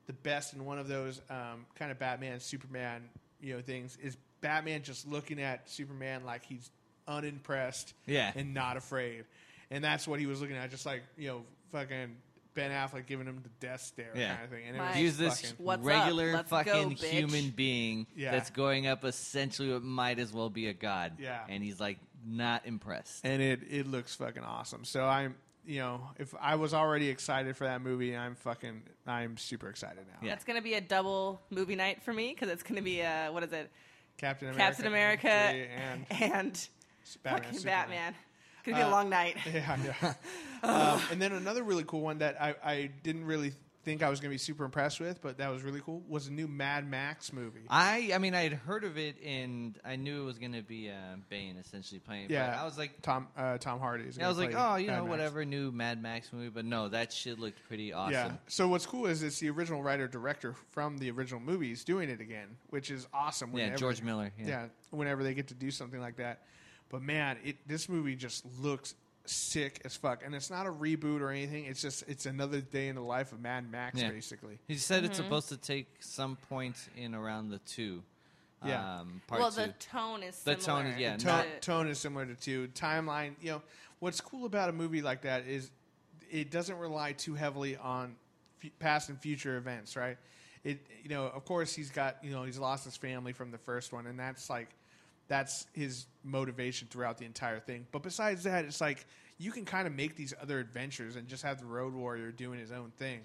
S1: the best, and one of those um, kind of Batman, Superman, you know, things is Batman just looking at Superman like he's unimpressed,
S2: Yeah.
S1: and not afraid. And that's what he was looking at, just like you know, fucking Ben Affleck giving him the death stare
S2: Yeah.
S1: kind of thing. And
S3: My-
S1: it was
S2: Use this
S1: fucking-
S3: What's up?
S2: regular
S3: Let's go,
S2: fucking
S3: bitch.
S2: human being
S1: Yeah.
S2: that's going up essentially what might as well be a god.
S1: Yeah.
S2: And he's like not impressed.
S1: and it it looks fucking awesome. So I'm, you know, if I was already excited for that movie, I'm fucking, I'm super excited now.
S2: Yeah.
S3: That's going to be a double movie night for me because it's going to be, uh, what is it?
S1: Captain America,
S3: Captain America
S1: three,
S3: and,
S1: and
S3: Batman,
S1: Batman,
S3: fucking
S1: Superman.
S3: Batman. It's going to be
S1: Uh,
S3: a long night.
S1: Yeah, yeah. um, and then another really cool one that I, I didn't really think I was going to be super impressed with, but that was really cool was a new Mad Max movie.
S2: I I mean I had heard of it and I knew it was gonna be uh, Bane essentially playing. it, But
S1: Yeah.
S2: I was like
S1: Tom uh, Tom Hardy. Is
S2: I was
S1: gonna
S2: like,
S1: play
S2: oh, you
S1: Mad
S2: know,
S1: Max.
S2: whatever, new Mad Max movie, but no, that shit looked pretty awesome.
S1: Yeah. So what's cool is it's the original writer director from the original movies doing it again, which is awesome.
S2: Yeah,
S1: whenever-
S2: George Miller, yeah.
S1: whenever they get to do something like that. But man, it this movie just looks sick as fuck, and it's not a reboot or anything. It's just it's another day in the life of Mad Max,
S2: Yeah.
S1: basically.
S2: He said it's
S3: Mm-hmm.
S2: supposed to take some point in around the two.
S1: Yeah.
S2: Um, part
S3: Well,
S2: two.
S3: the tone is
S2: The
S3: similar.
S2: tone is- yeah,
S1: tone,
S2: not-
S1: tone is similar to two timeline you know what's cool about a movie like that is it doesn't rely too heavily on f- past and future events right it you know of course he's got you know he's lost his family from the first one and that's like that's his motivation throughout the entire thing but besides that it's like you can kind of make these other adventures and just have the road warrior doing his own thing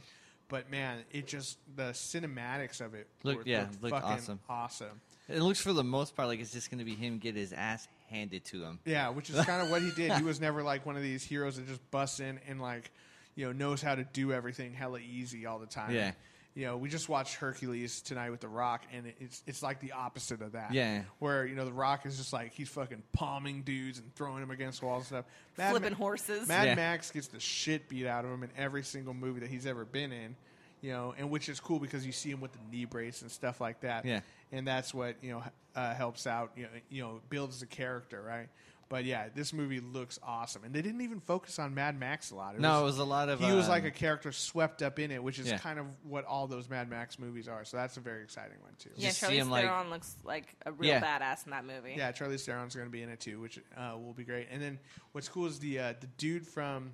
S1: but man it just the cinematics of it
S2: Look-
S1: were-
S2: yeah,
S1: looked
S2: looked
S1: fucking
S2: awesome.
S1: awesome
S2: It looks for the most part like it's just going to be him get his ass handed to him.
S1: Yeah, which is kind of what he did. He was never like one of these heroes that just busts in and like, you know, knows how to do everything hella easy all the time.
S2: Yeah.
S1: You know, we just watched Hercules tonight with The Rock, and it's it's like the opposite of that.
S2: Yeah.
S1: Where you know The Rock is just like he's fucking palming dudes and throwing them against walls and stuff. Mad
S3: Flipping
S1: Ma-
S3: horses.
S1: Mad
S2: Yeah.
S1: Max gets the shit beat out of him in every single movie that he's ever been in. You know, and which is cool because you see him with the knee brace and stuff like that
S2: Yeah.
S1: and that's what you know uh, helps out you know, you know builds the character right but yeah this movie looks awesome and they didn't even focus on mad max a lot it
S2: No, it was a lot of.
S1: he was like a
S2: um,
S1: character swept up in it which is
S2: Yeah.
S1: kind of what all those mad max movies are so that's a very exciting one too
S3: Yeah,
S2: Just see
S3: Charlize
S2: him, like-
S3: Theron looks like a real
S2: Yeah.
S3: badass in that movie.
S1: yeah charlie theron's going to be in it too which uh, will be great and then what's cool is the uh, the dude from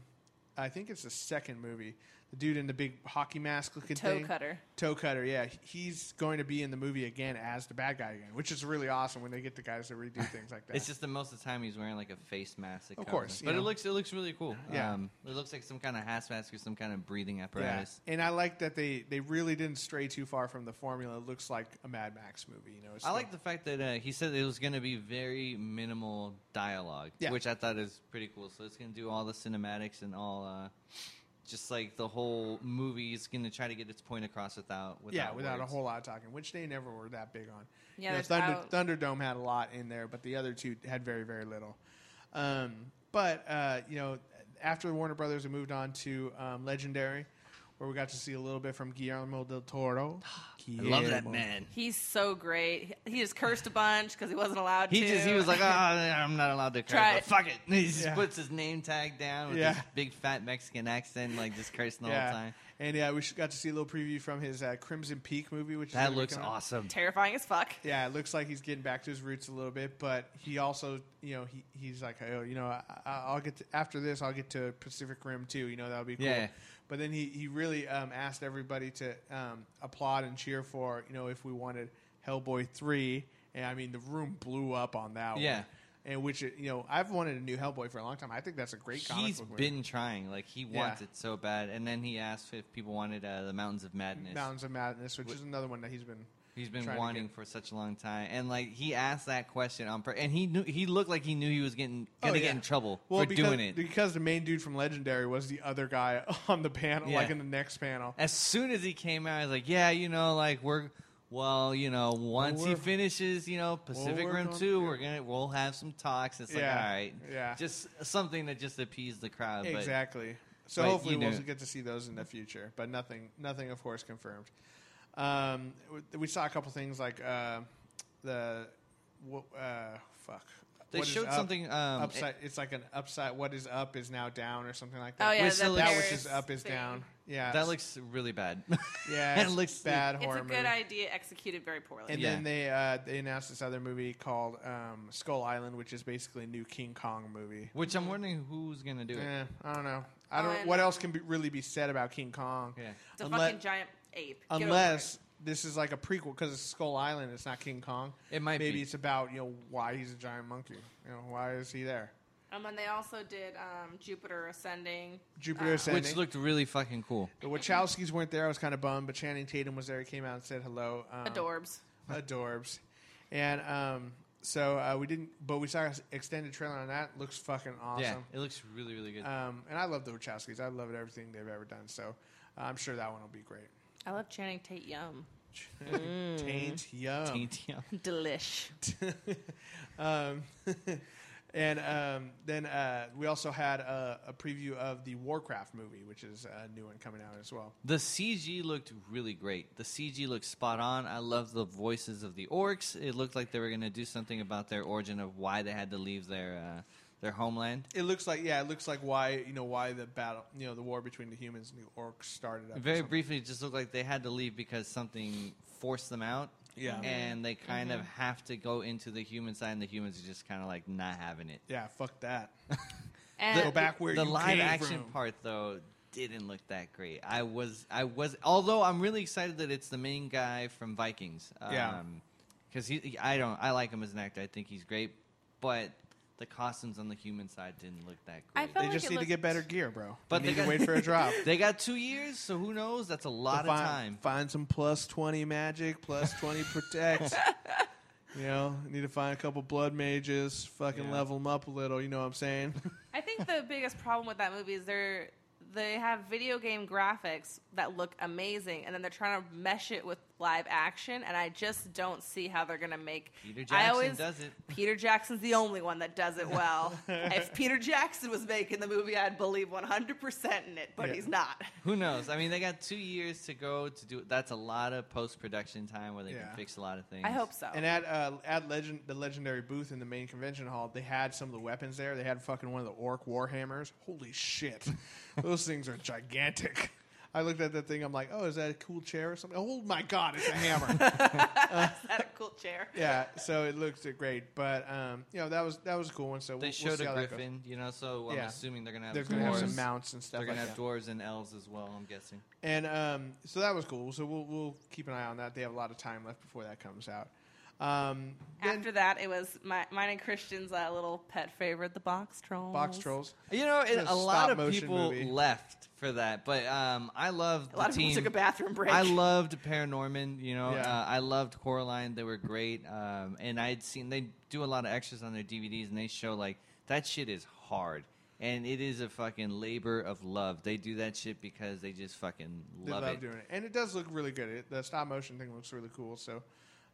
S1: i think it's the second movie the dude in the big hockey mask looking
S3: Toe
S1: thing
S3: cutter.
S1: Toe Cutter, yeah, he's going to be in the movie again as the bad guy again, which is really awesome when they get the guys to redo things like that.
S2: It's just the most of the time he's wearing like a face mask. that
S1: Of
S2: covers
S1: course,
S2: him.
S1: you
S2: but it
S1: know.
S2: looks it looks really cool.
S1: Yeah.
S2: Um, it looks like some kind of hazmat mask or some kind of breathing apparatus.
S1: Yeah. And I like that they, they really didn't stray too far from the formula. It looks like a Mad Max movie, you know. It's
S2: I like the fact that uh, he said it was going to be very minimal dialogue,
S1: Yeah.
S2: which I thought is pretty cool. So it's going to do all the cinematics and all, uh, just like the whole movie is going to try to get its point across without, without
S1: yeah, without
S2: words.
S1: a whole lot of talking, which they never were that big on.
S3: Yeah,
S1: You know,
S3: there's out-
S1: Thunder, Thunderdome had a lot in there, but the other two had very very little. Um, but uh, you know, after Warner Brothers, we moved on to um, Legendary, where we got to see a little bit from Guillermo del Toro.
S2: I love that
S1: Guillermo.
S2: man.
S3: He's so great. He just cursed a bunch because he wasn't allowed
S2: He
S3: to.
S2: just he was like, oh, I'm not allowed to curse.
S3: Try
S2: but
S3: it."
S2: fuck it. And he just
S1: Yeah.
S2: puts his name tag down with
S1: Yeah.
S2: his big fat Mexican accent, like just cursing the whole time.
S1: and yeah, we sh- got to see a little preview from his uh, Crimson Peak movie, which is gonna
S2: That
S1: be
S2: looks
S1: coming out.
S2: awesome.
S3: terrifying as fuck.
S1: yeah, it looks like he's getting back to his roots a little bit, but he also, you know, he, he's like, oh, you know, I, I- I'll get to, after this, I'll get to Pacific Rim too. You know, that'll be cool.
S2: Yeah.
S1: But then he he really um, asked everybody to um, applaud and cheer for, you know, if we wanted Hellboy three, and I mean, the room blew up on that one.
S2: Yeah.
S1: and which you know I've wanted a new Hellboy for a long time. I think that's a great comic
S2: He's
S1: book movie.
S2: been trying. Like he wants
S1: Yeah.
S2: it so bad, and then he asked if people wanted uh, the Mountains of Madness.
S1: Mountains of Madness, which is another one that he's been.
S2: He's been
S1: trying to
S2: wanting
S1: get-
S2: for such a long time, and like he asked that question on, pur- and he knew he looked like he knew he was getting gonna
S1: Oh, yeah.
S2: get in trouble
S1: well,
S2: for
S1: because,
S2: doing it.
S1: because the main dude from Legendary was the other guy on the panel,
S2: Yeah.
S1: like in the next panel.
S2: As soon as he came out, I was like, "Yeah, you know, like we're well, you know, once he
S1: we're-
S2: finishes, you know, Pacific
S1: work
S2: Rim
S1: on-
S2: two,
S1: yeah.
S2: we're gonna we'll have some talks." It's like,
S1: Yeah,
S2: all right,
S1: yeah.
S2: just something that just appeased the crowd. but-
S1: Exactly. So
S2: but
S1: hopefully
S2: you
S1: we'll
S2: knew-
S1: get to see those in the future, but nothing, nothing of course confirmed. Um, we, we saw a couple things like uh, the wha- uh, fuck.
S2: They
S1: What is
S2: showed
S1: up?
S2: something, um,
S1: upside. It's like an upside. What is up is now down or something like that.
S3: Oh yeah,
S2: Which
S3: the
S2: looks-
S1: that
S2: Paris
S1: which is up is
S3: thing.
S1: down. Yeah,
S2: that looks really bad.
S1: yeah,
S2: it
S1: it's
S2: looks
S1: bad
S3: It's
S1: horror
S3: a
S1: movie.
S3: good idea executed very poorly.
S1: And
S2: Yeah.
S1: then they uh, they announced this other movie called um, Skull Island, which is basically a new King Kong movie.
S2: Which I'm wondering who's gonna do it.
S1: Eh, I don't know. I don't.
S3: Oh, I
S1: what
S3: know.
S1: else can be, really be said about King Kong?
S2: Yeah.
S3: it's a
S1: unle-
S3: fucking giant ape. Get over
S1: unless this is like a prequel because it's Skull Island. It's not King Kong.
S2: It might
S1: Maybe
S2: be.
S1: it's about you know why he's a giant monkey. You know why is he there?
S3: it. Um, and they also did um, Jupiter Ascending.
S1: Jupiter
S3: Uh,
S1: ascending.
S2: Which looked really fucking cool.
S1: the Wachowskis weren't there. I was kind of bummed, but Channing Tatum was there. He came out and said hello. Um,
S3: Adorbs.
S1: adorbs. And um, so uh, we didn't, but we saw an extended trailer on that. Looks fucking
S2: Yeah,
S1: awesome.
S2: it looks really really good.
S1: Um, and I love the Wachowskis. I love everything they've ever done. So I'm sure that one will be great.
S3: I love Channing Tate Yum.
S1: Taint yum.
S2: Taint, yeah.
S3: Delish.
S1: Um, and um, then uh, we also had a, a preview of the Warcraft movie, which is a new one coming out as well.
S2: The CG looked really great. The CG looked spot on. I love the voices of the orcs. It looked like they were going to do something about their origin of why they had to leave their uh, their homeland.
S1: It looks like yeah, it looks like why you know why the battle you know the war between the humans and the orcs started up. or
S2: Very
S1: something.
S2: briefly, it just looked like they had to leave because something forced them out.
S1: Yeah.
S2: and they kind of have to go into the human side, and the humans are just kind of like not having it.
S1: Yeah, fuck that.
S3: And
S1: Go back where
S2: the
S1: you
S2: live
S1: came
S2: action
S1: from.
S2: part though didn't look that great. I was I was although I'm really excited that it's the main guy from Vikings. Um,
S1: Yeah.
S2: Because he, I don't, I like him as an actor. I think he's great, but the costumes on the human side didn't look that
S3: I
S2: great.
S1: They
S3: felt- like
S1: just
S3: it
S1: need to
S3: looked-
S1: get better gear, bro.
S2: But
S1: But
S2: they
S1: they need to
S2: got-
S1: wait for a drop.
S2: they got two years, so who knows? That's a lot
S1: find,
S2: of time.
S1: Find some plus twenty magic, plus twenty protect. you know, need to find a couple blood mages, fucking
S2: Yeah.
S1: level them up a little. You know what I'm saying?
S3: I think the biggest problem with that movie is they're they have video game graphics that look amazing, and then they're trying to mesh it with live action, and I just don't see how they're gonna make.
S2: Peter
S3: I
S2: Jackson
S3: always,
S2: does it.
S3: Peter Jackson's the only one that does it well. if Peter Jackson was making the movie, I'd believe 100 percent in it, but
S1: Yeah.
S3: he's not.
S2: Who knows? I mean, they got two years to go to do. That's a lot of post production time where they
S1: Yeah.
S2: can fix a lot of things.
S3: I hope so.
S1: and at uh, at legend the legendary booth in the main convention hall, they had some of the weapons there. They had fucking one of the orc warhammers. Holy shit, those things are gigantic. I looked at that thing. I'm like, oh, is that a cool chair or something? Oh my god, it's a hammer.
S3: Is that a cool chair?
S1: yeah, so it looks great, but um, you know that was that was a cool one. So
S2: they
S1: we'll, we'll
S2: showed
S1: see
S2: a
S1: how that goes.
S2: griffin, you know. So I'm
S1: Yeah.
S2: assuming they're gonna have
S1: They're going to have some
S2: dwarves.
S1: mounts and stuff
S2: They're
S1: like
S2: gonna have
S1: that.
S2: dwarves and elves as well. I'm guessing.
S1: And um, so that was cool. So we'll we'll keep an eye on that. They have a lot of time left before that comes out. Um, then
S3: After that, it was my, mine and Christian's uh, little pet favorite, the box trolls.
S1: box trolls.
S2: You know, it,
S1: It's a
S2: a lot of
S1: stop-motion
S2: people
S1: movie.
S2: left for that, but um, I love
S3: A lot
S2: the
S3: of
S2: team.
S3: people took a bathroom break.
S2: I loved Paranorman. You know,
S1: Yeah.
S2: uh, I loved Coraline. They were great, um, and I'd seen they do a lot of extras on their DVDs, and they show like that shit is hard, and it is a fucking labor of love. They do that shit because they just fucking
S1: They
S2: love,
S1: love,
S2: it.
S1: doing it, and it does look really good. It, the stop motion thing looks really cool. So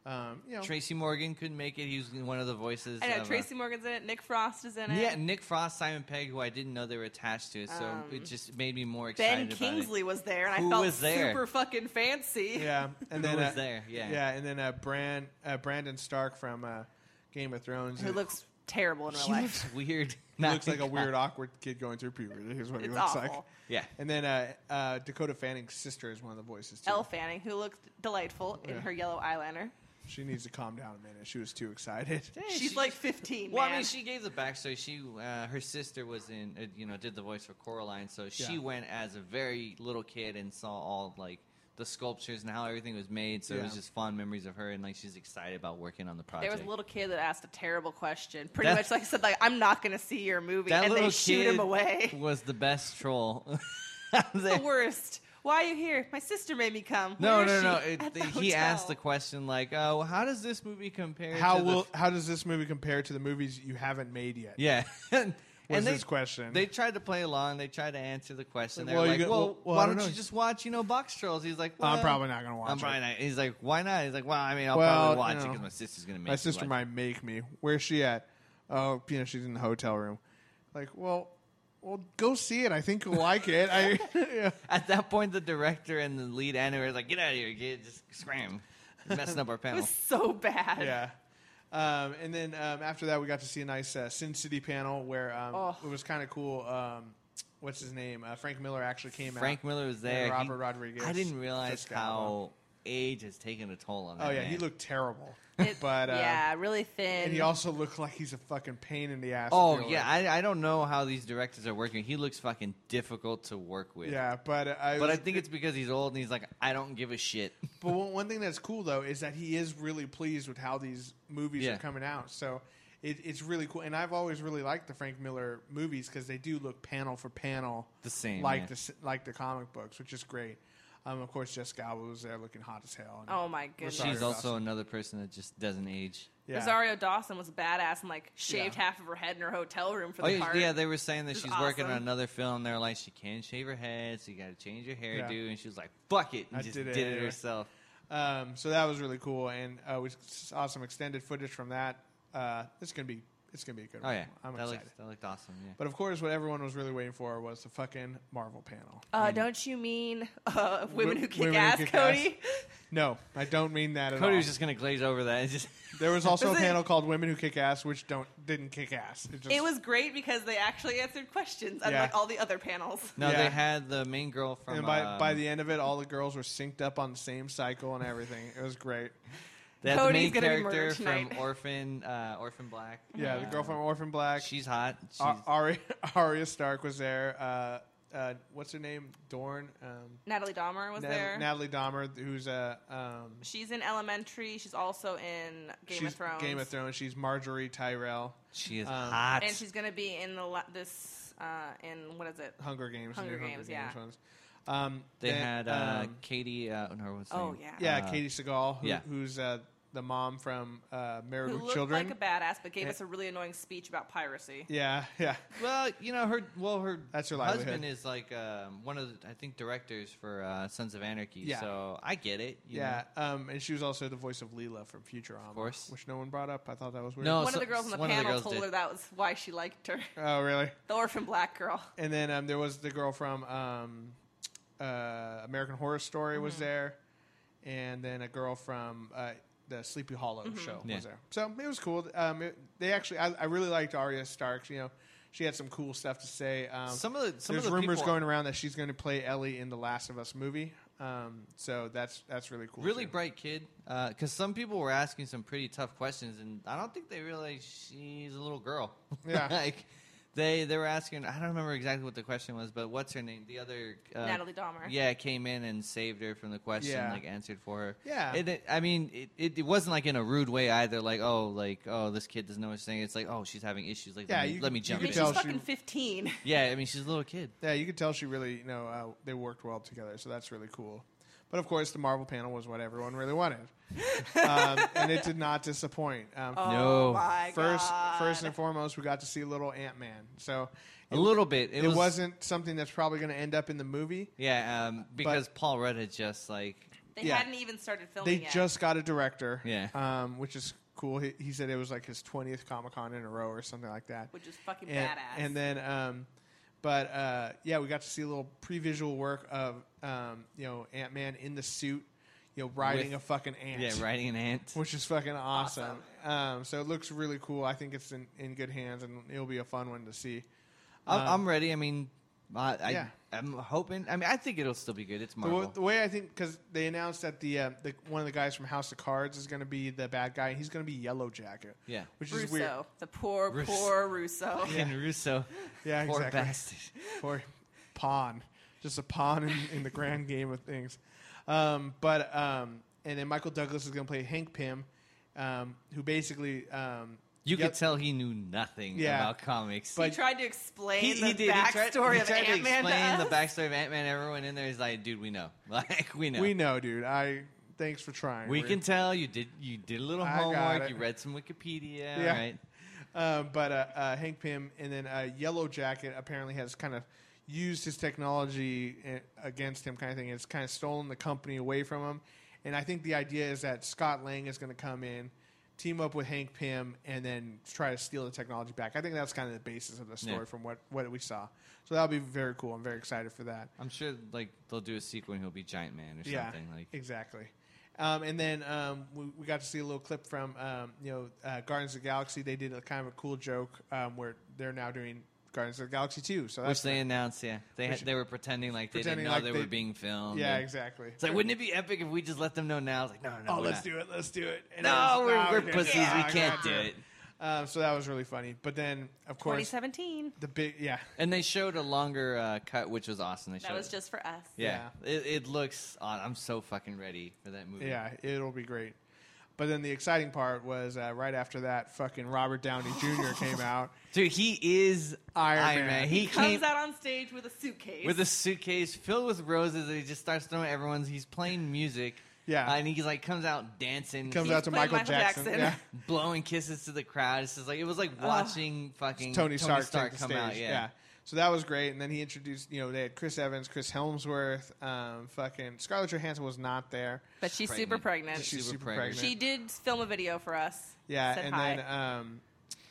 S1: um, you know,
S2: Tracy Morgan couldn't make it. He was one of the voices.
S3: I
S2: of,
S3: know
S2: uh,
S3: Tracy Morgan's in it. Nick Frost is in it.
S2: Yeah, Nick Frost, Simon Pegg, who I didn't know they were attached to, so
S3: Um,
S2: it just made me more excited.
S3: Ben
S2: about
S3: Kingsley was there, and
S2: Who
S3: I felt
S2: was there?
S3: super fucking fancy.
S1: yeah. And
S2: Who
S1: then
S2: was
S1: uh,
S2: there? Yeah.
S1: yeah. And then uh, Brand uh, Brandon Stark from uh, Game of Thrones.
S3: Who looks terrible in
S2: it.
S3: real
S2: He
S3: life.
S2: looks weird.
S1: he looks like a weird, awkward kid going through puberty. Is what he
S3: It's
S1: looks
S3: awful.
S1: like.
S2: Yeah.
S1: And then uh, uh, Dakota Fanning's sister is one of the voices too.
S3: Elle Fanning, who looked delightful in
S1: Yeah.
S3: her yellow eyeliner.
S1: She needs to calm down a minute. She was too excited.
S3: She's like 15,
S2: Well,
S3: man.
S2: I mean, she gave the backstory. She, uh, her sister was in, uh, you know, did the voice for Coraline, so she
S1: Yeah.
S2: went as a very little kid and saw all like the sculptures and how everything was made. So it was
S1: Yeah.
S2: just fond memories of her, and like she's excited about working on the project.
S3: There was a little kid that asked a terrible question. Pretty
S2: That-
S3: much like said, like, I'm not going to see your movie.
S2: that
S3: and
S2: little
S3: they shoot
S2: kid
S3: him away.
S2: was the best troll.
S3: the worst. Why are you here? My sister made me come.
S2: No,
S3: Where
S2: no,
S3: is
S2: no.
S3: she?
S2: It,
S3: At the
S2: he asked the
S3: hotel."
S2: question like, "Oh, how does this movie compare?"
S1: How
S2: to
S1: will
S2: The
S1: how does this movie compare to the movies you haven't made yet?
S2: yeah. and
S1: was
S2: and they,
S1: his question.
S2: they tried to play along. They tried to answer the question.
S1: Like,
S2: They're
S1: well, you
S2: like,
S1: got-
S2: well,
S1: well, well, I
S2: why
S1: don't
S2: don't
S1: know."
S2: you just watch, you know, Box Trolls? He's like,
S1: I'm
S2: well,
S1: probably not gonna watch
S2: I'm
S1: it.
S2: probably not. He's like, why not? He's like, well, I mean, I'll
S1: Well,
S2: probably
S1: you
S2: watch it 'cause
S1: know,
S2: my sister's gonna make
S1: My
S2: me
S1: sister
S2: watch it."
S1: might make me. Where's she at? Oh, you know, she's in the hotel room. Like, well, well, go see it. I think you'll like it. I, yeah.
S2: At that point, the director and the lead animator is like, "Get out of here, kid! Just scram! You're messing up our
S3: It
S2: panel."
S3: was so bad.
S1: yeah. Um, and then um, after that, we got to see a nice uh, Sin City panel where um,
S3: Oh.
S1: it was kind of cool. Um, what's his name? Uh, Frank Miller actually came out.
S2: Frank Miller was
S1: and
S2: there. He-
S1: Robert Rodriguez.
S2: I didn't realize
S1: Fiscal.
S2: how age has taken a toll on that.
S1: Oh yeah, he
S2: man.
S1: looked terrible.
S3: It-
S1: but uh,
S3: yeah, really thin.
S1: and he also looked like he's a fucking pain in the ass. to
S2: Oh
S1: deal with.
S2: yeah, I, I don't know how these directors are working. He looks fucking difficult to work with.
S1: yeah. But uh, I
S2: But I
S1: was-
S2: think it's because he's old and he's like, I don't give a shit.
S1: But one, one thing that's cool though is that he is really pleased with how these movies
S2: Yeah.
S1: are coming out. So it, it's really cool, and I've always really liked the Frank Miller movies because they do look panel for panel
S2: The same,
S1: like
S2: yeah.
S1: the s- like the comic books, which is great. Um, of course, Jessica Alba was there looking hot as hell. and-
S3: oh my goodness.
S1: Sorry,
S2: She's also
S1: Dawson.
S2: another person that just doesn't age.
S1: yeah.
S3: Rosario Dawson was badass and like shaved
S1: Yeah.
S3: half of her head in her hotel room for
S2: Oh
S3: the
S2: yeah,
S3: part.
S2: yeah, they were saying that
S3: This is
S2: she's working on
S3: awesome.
S2: another film. They're like, she can't shave her head, so you got to change your hairdo.
S1: Yeah.
S2: And she was like, fuck it, and
S1: I
S2: just
S1: did
S2: did
S1: it
S2: it,
S1: anyway.
S2: herself.
S1: Um, so that was really cool, and uh, we saw some extended footage from that. Uh, it's gonna be it's gonna be a good.
S2: Oh
S1: one.
S2: yeah,
S1: I'm
S2: that
S1: excited.
S2: looked that looked awesome. Yeah.
S1: but of course, what everyone was really waiting for was the fucking Marvel panel.
S3: uh, don't you mean uh, women
S1: Wo-
S3: who kick
S1: women who
S3: ass,
S1: kick
S3: Cody?
S1: No, I don't mean that at all.
S2: Cody was just gonna glaze over that. And just
S1: There was also a
S3: Is it-
S1: panel called "Women Who Kick Ass," which don't didn't kick ass. just-
S3: It was great because they actually answered questions,
S1: Yeah.
S3: unlike all the other panels.
S2: no,
S1: Yeah.
S2: they had the main girl from.
S1: And by,
S2: um,
S1: by the end of it, all the girls were synced up on the same cycle and everything. It was great.
S2: they had the
S3: Cody's
S2: main
S3: gonna be
S2: character
S3: murdered
S2: from
S3: tonight.
S2: Orphan, uh, Orphan Black.
S1: Yeah, the
S2: Uh,
S1: girl from Orphan Black.
S2: She's hot. She's,
S1: Ar- Ari- Arya Stark was there. Uh, uh, what's her name? Dorn. Um,
S3: Natalie Dahmer was
S1: Nat-
S3: there.
S1: Natalie Dahmer, who's a um,
S3: she's in Elementary. She's also in Game
S1: she's
S3: of Thrones.
S1: Game of Thrones. She's Marjorie Tyrell.
S2: she is
S1: Um,
S2: hot.
S3: And she's gonna be in the la- this uh, in what is it?
S1: Hunger Games. the
S3: Hunger
S1: new
S3: Games, yeah.
S1: ones. Um,
S2: They
S1: then,
S2: had uh,
S1: um,
S2: Katie. Uh, no, what's her
S3: Oh
S2: name?
S3: yeah.
S1: yeah,
S2: uh,
S1: Katie Seagal, who,
S2: yeah.
S1: who's uh, the mom from uh, Married
S3: Who
S1: with
S3: looked
S1: Children.
S3: like a badass, but gave
S1: Yeah.
S3: us a really annoying speech about piracy.
S1: yeah, yeah.
S2: Well, you know her. Well, her
S1: That's her livelihood.
S2: husband is like um, one of the, I think directors for uh, Sons of Anarchy.
S1: Yeah.
S2: So I get it. you
S1: Yeah, um, and she was also the voice of Leela from Futurama,
S2: course.
S1: which no one brought up. I thought that was weird.
S2: No. Oh,
S3: One
S2: so-
S3: of the girls on the
S2: one of the
S3: panel
S2: girls
S3: told
S2: did.
S3: her that was why she liked her.
S1: Oh, really?
S3: The orphan black girl.
S1: And then um, there was the girl from um, uh, American Horror Story was there, and then a girl from uh, the Sleepy Hollow show
S2: Yeah.
S1: was there. So it was cool. Um, it- they actually, I, I really liked Arya Stark. You know, she had some cool stuff to say. Um,
S2: know. Some of the some
S1: there's
S2: of the
S1: rumors
S2: people
S1: going around that she's going to play Ellie in the Last of Us movie. Um, so that's that's really cool.
S2: really
S1: too.
S2: bright kid because some people were asking some pretty tough questions and i don't think they realized she's a little girl
S1: Yeah.
S2: like they they were asking i don't remember exactly what the question was but what's her name the other uh,
S3: Natalie Dahmer.
S2: yeah came in and saved her from the question
S1: Yeah.
S2: like answered for her
S1: Yeah.
S2: and it, i mean it, it, it wasn't like in a rude way either like oh like oh this kid doesn't know what she's saying it's like oh she's having issues like
S1: Yeah,
S2: let me,
S1: you-
S2: let me
S1: you
S2: jump
S3: I
S1: could
S3: mean,
S2: in
S1: tell
S3: she's
S1: she-
S3: fucking 15.
S2: yeah i mean she's a little kid
S1: Yeah, you could tell she really, you know, uh, they worked well together, so that's really cool. But of course, the Marvel panel was what everyone really wanted, um, and it did not disappoint. Um,
S3: Oh
S2: No.
S3: my
S1: first,
S3: god.
S1: first and foremost, we got to see little Ant Man. So
S2: a little bit
S1: it,
S2: was,
S1: wasn't something that's probably going to end up in the movie.
S2: yeah um, because paul rudd had just like
S3: they
S1: yeah.
S3: hadn't even started filming
S1: They
S3: yet.
S1: just got a director,
S2: Yeah.
S1: um, which is cool. He, he said it was like his twentieth Comic Con in a row or something like that.
S3: which is fucking
S1: and,
S3: badass.
S1: and then, um, but uh, yeah, we got to see a little pre-visual work of um, you know Ant Man in the suit, you know, riding
S2: With-
S1: a fucking ant,
S2: yeah riding an ant
S1: which is fucking awesome. Um, so it looks really cool. I think it's in, in good hands, and it'll be a fun one to see.
S2: I'm, I'm ready. I mean, I, I
S1: uh, Yeah.
S2: I'm hoping. I mean, I think it'll still be good. It's
S1: The,
S2: Marvel.
S1: w- the way I think, because they announced that the, uh, the one of the guys from House of Cards is going to be the bad guy. He's going to be Yellow Jacket.
S2: Yeah.
S1: which
S3: Russo,
S1: is weird.
S3: the poor,
S2: Russo.
S3: poor Russo.
S2: Fucking Russo,
S1: Yeah,
S2: poor
S1: exactly.
S2: bastard.
S1: Poor pawn, just a pawn in, in the grand game of things. Um, but um, and then Michael Douglas is going to play Hank Pym, um, who basically um,
S2: You
S1: yep,
S2: could tell he knew nothing
S1: Yeah.
S2: about comics.
S1: But-
S3: he tried to explain the
S2: He
S3: backstory
S2: tried, he
S3: of
S2: tried to
S3: Ant-Man to
S2: explain
S3: us.
S2: the backstory of Ant Man. Everyone in there is like, dude, we know. Like, we know.
S1: we know, dude. I thanks for trying.
S2: We
S1: We're-
S2: can tell you did you did a little
S1: I got
S2: homework.
S1: it.
S2: You read some Wikipedia,
S1: Yeah.
S2: right?
S1: Um, but uh, uh, Hank Pym and then uh, Yellow Jacket apparently has kind of used his technology eh, against him, kind of thing. It's kind of stolen the company away from him. And I think the idea is that Scott Lang is going to come in, team up with Hank Pym, and then try to steal the technology back. I think that's kind of the basis of the story
S2: Yeah.
S1: from what, what we saw. So that'll be very cool. I'm very excited for that.
S2: I'm sure like they'll do a sequel and he'll be Giant Man or something. Like
S1: exactly. Um, and then um, we, we got to see a little clip from um, you know uh, Guardians of the Galaxy. They did a kind of a cool joke um, where they're now doing Guardians of the Galaxy two. So
S2: which
S1: that's
S2: they announced, yeah. They had,
S1: Which-
S2: they were pretending like they
S1: pretending
S2: didn't know
S1: like
S2: they,
S1: they-
S2: were being filmed.
S1: yeah,
S2: and-
S1: exactly.
S2: It's like, wouldn't it be epic if we just let them know now? It's like, no, no, no.
S1: oh,
S2: we're
S1: let's
S2: not.
S1: do it. Let's do it. And
S2: No,
S1: it was-
S2: we're,
S1: oh,
S2: we're
S1: okay.
S2: pussies.
S1: Yeah,
S2: we
S1: I
S2: can't
S1: got
S2: do it.
S1: Um, so that was really funny. But then, of course,
S3: 2017.
S1: the big yeah,
S2: And they showed a longer uh, cut, which was awesome. They
S3: That
S2: showed
S3: was just for us.
S2: yeah. It, it looks. Odd. I'm so fucking ready for that movie.
S1: yeah, it'll be great. But then the exciting part was uh, right after that, fucking Robert Downey Jr. came out.
S2: dude, he is
S1: Iron
S2: Iron,
S1: Man.
S2: Man.
S3: He,
S2: He,
S3: comes
S2: came
S3: out on stage with a suitcase.
S2: with a suitcase filled with roses, and he just starts throwing everyone's. He's playing music.
S1: Yeah.
S2: Uh, and he like comes out dancing.
S1: Comes
S2: he's
S1: out to
S3: playing
S1: Michael,
S3: Michael
S1: Jackson.
S3: Jackson.
S1: Yeah.
S2: blowing kisses to the crowd. It's just like it was like watching fucking
S1: Tony, Stark,
S2: Stark
S1: take the
S2: come
S1: stage.
S2: out.
S1: yeah. So that was great. And then he introduced, you know, they had Chris Evans, Chris Helmsworth, um, fucking Scarlett Johansson was not there.
S3: but she's
S2: pregnant.
S3: super pregnant.
S1: She's super
S3: She did film a video for us.
S1: Yeah.
S3: Said
S1: and
S3: hi.
S1: then, um,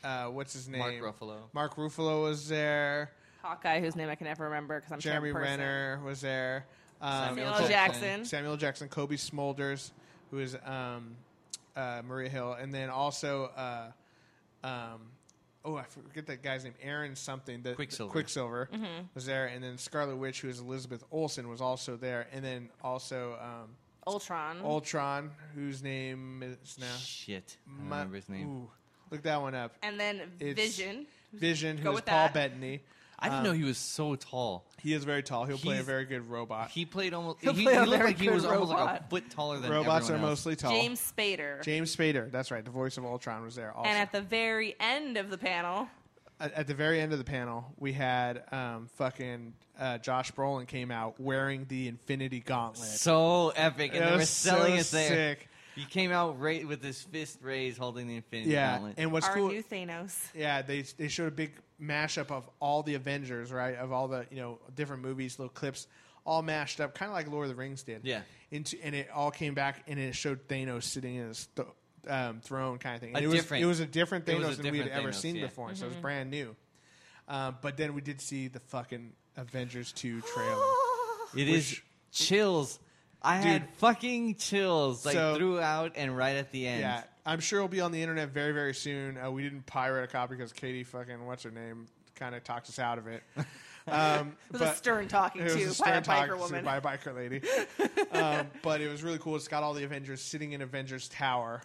S1: uh, what's his name?
S2: Mark Ruffalo.
S1: Mark Ruffalo was there.
S3: Hawkeye, whose name I can never remember because I'm a
S1: Jeremy
S3: terrible person.
S1: Renner was there. Um,
S2: Samuel
S3: Samuel
S2: Jackson.
S3: Jackson.
S1: Samuel Jackson, Kobe Smolders, who is um, uh, Maria Hill, and then also, uh, um, oh, I forget that guy's name, Aaron something. The,
S2: Quicksilver.
S1: Quicksilver
S3: Mm-hmm.
S1: was there, and then Scarlet Witch, who is Elizabeth Olsen, was also there, and then also um,
S3: Ultron.
S1: Ultron, whose name is now.
S2: Shit. I don't
S1: my-
S2: remember his name.
S1: ooh, look that one up.
S3: and then
S1: It's-
S3: Vision.
S1: Vision, who
S3: Go
S1: is
S3: with
S1: Paul
S3: that.
S1: Bettany.
S2: I
S1: um,
S2: didn't know he was so tall.
S1: He is very tall. He'll play a
S2: He's-
S1: very good robot.
S2: He played almost. He,
S3: He'll
S2: he
S3: play a
S2: looked
S3: very
S2: like he
S3: good
S2: was almost like a
S3: robot.
S2: foot taller than
S1: Robots are
S2: everyone else.
S1: mostly tall.
S3: James Spader.
S1: James Spader. That's right. The voice of Ultron was there. Also.
S3: and at the very end of the panel,
S1: at, at the very end of the panel, we had um, fucking uh, Josh Brolin came out wearing the Infinity Gauntlet.
S2: So epic, and
S1: It
S2: they were
S1: was
S2: selling
S1: so
S2: it there.
S1: sick.
S2: He came out ra- with his fist raised, holding the Infinity
S1: Yeah,
S2: Gauntlet.
S1: and what's
S3: our
S1: cool?
S3: new Thanos.
S1: yeah, they they showed a big mashup of all the Avengers, right? Of all the you know different movies, little clips, all mashed up, kind of like Lord of the Rings did.
S2: Yeah.
S1: into and it all came back, and it showed Thanos sitting in his th- um, throne, kind of thing. And
S2: A
S1: it was
S2: different-
S1: it was a different
S2: it was a
S1: Thanos than we had
S2: different
S1: ever
S2: Thanos,
S1: seen
S2: yeah.
S1: before, so it was brand new. Um, but then we did see the fucking Avengers two trailer.
S2: It is
S1: Which-
S2: chills. I
S1: Dude.
S2: had fucking chills like
S1: So-
S2: throughout and right at the end.
S1: Yeah, I'm sure it'll be on the internet very, very soon. Uh, we didn't pirate a copy because Katie fucking what's her name kind of talked us out of it. Um,
S3: It was a stern talking to by a
S1: talk
S3: biker woman.
S1: by a biker lady. um, but it was really cool. It's got all the Avengers sitting in Avengers Tower,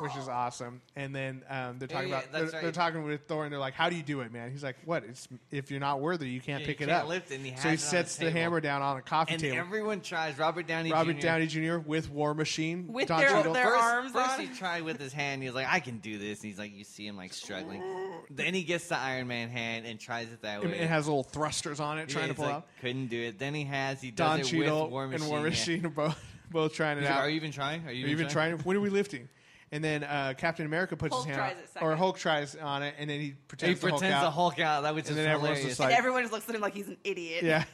S1: which is awesome. And then um, they're talking
S2: yeah,
S1: about
S2: that's
S1: they're,
S2: right.
S1: they're talking with Thor, and they're like, "How do you do it, man?" He's like, "What? It's if you're not worthy, you can't
S2: Yeah, you
S1: pick it
S2: can't
S1: up."
S2: lift it, and he has
S1: so
S2: it
S1: he
S2: on
S1: sets
S2: his
S1: the
S2: table.
S1: hammer down on a coffee
S2: And
S1: table.
S2: everyone tries. Robert Downey
S1: Robert
S2: Jr.
S1: Downey Jr. with War Machine
S3: With
S1: Don
S3: their-
S1: Cheadle.
S3: their
S2: first,
S3: arms
S2: first
S3: on.
S2: he tried with his hand. He was like, "I can do this." And he's like, you see him like struggling. then he gets the Iron Man hand and tries it that
S1: It-
S2: way.
S1: It has little thrusters on it,
S2: Yeah,
S1: trying to
S2: he's
S1: pull
S2: like,
S1: out.
S2: Couldn't do it. Then he has. He does
S1: Don
S2: it
S1: Cheadle
S2: with War Machine.
S1: and War
S2: yeah.
S1: Machine are both both trying it
S2: He's like,
S1: out.
S2: Are you even trying? Are you
S1: Are you even trying? When are we lifting? And then uh, Captain America puts
S3: Hulk
S1: his hand
S3: tries
S1: out-
S3: it second.
S1: or Hulk tries on it, and then he
S2: He
S1: pretends to
S2: pretends
S1: Hulk out.
S2: to Hulk out. That was just
S1: then everyone's
S2: hilarious.
S1: just
S3: and
S1: like-
S3: everyone just looks at him like he's an idiot.
S1: Yeah,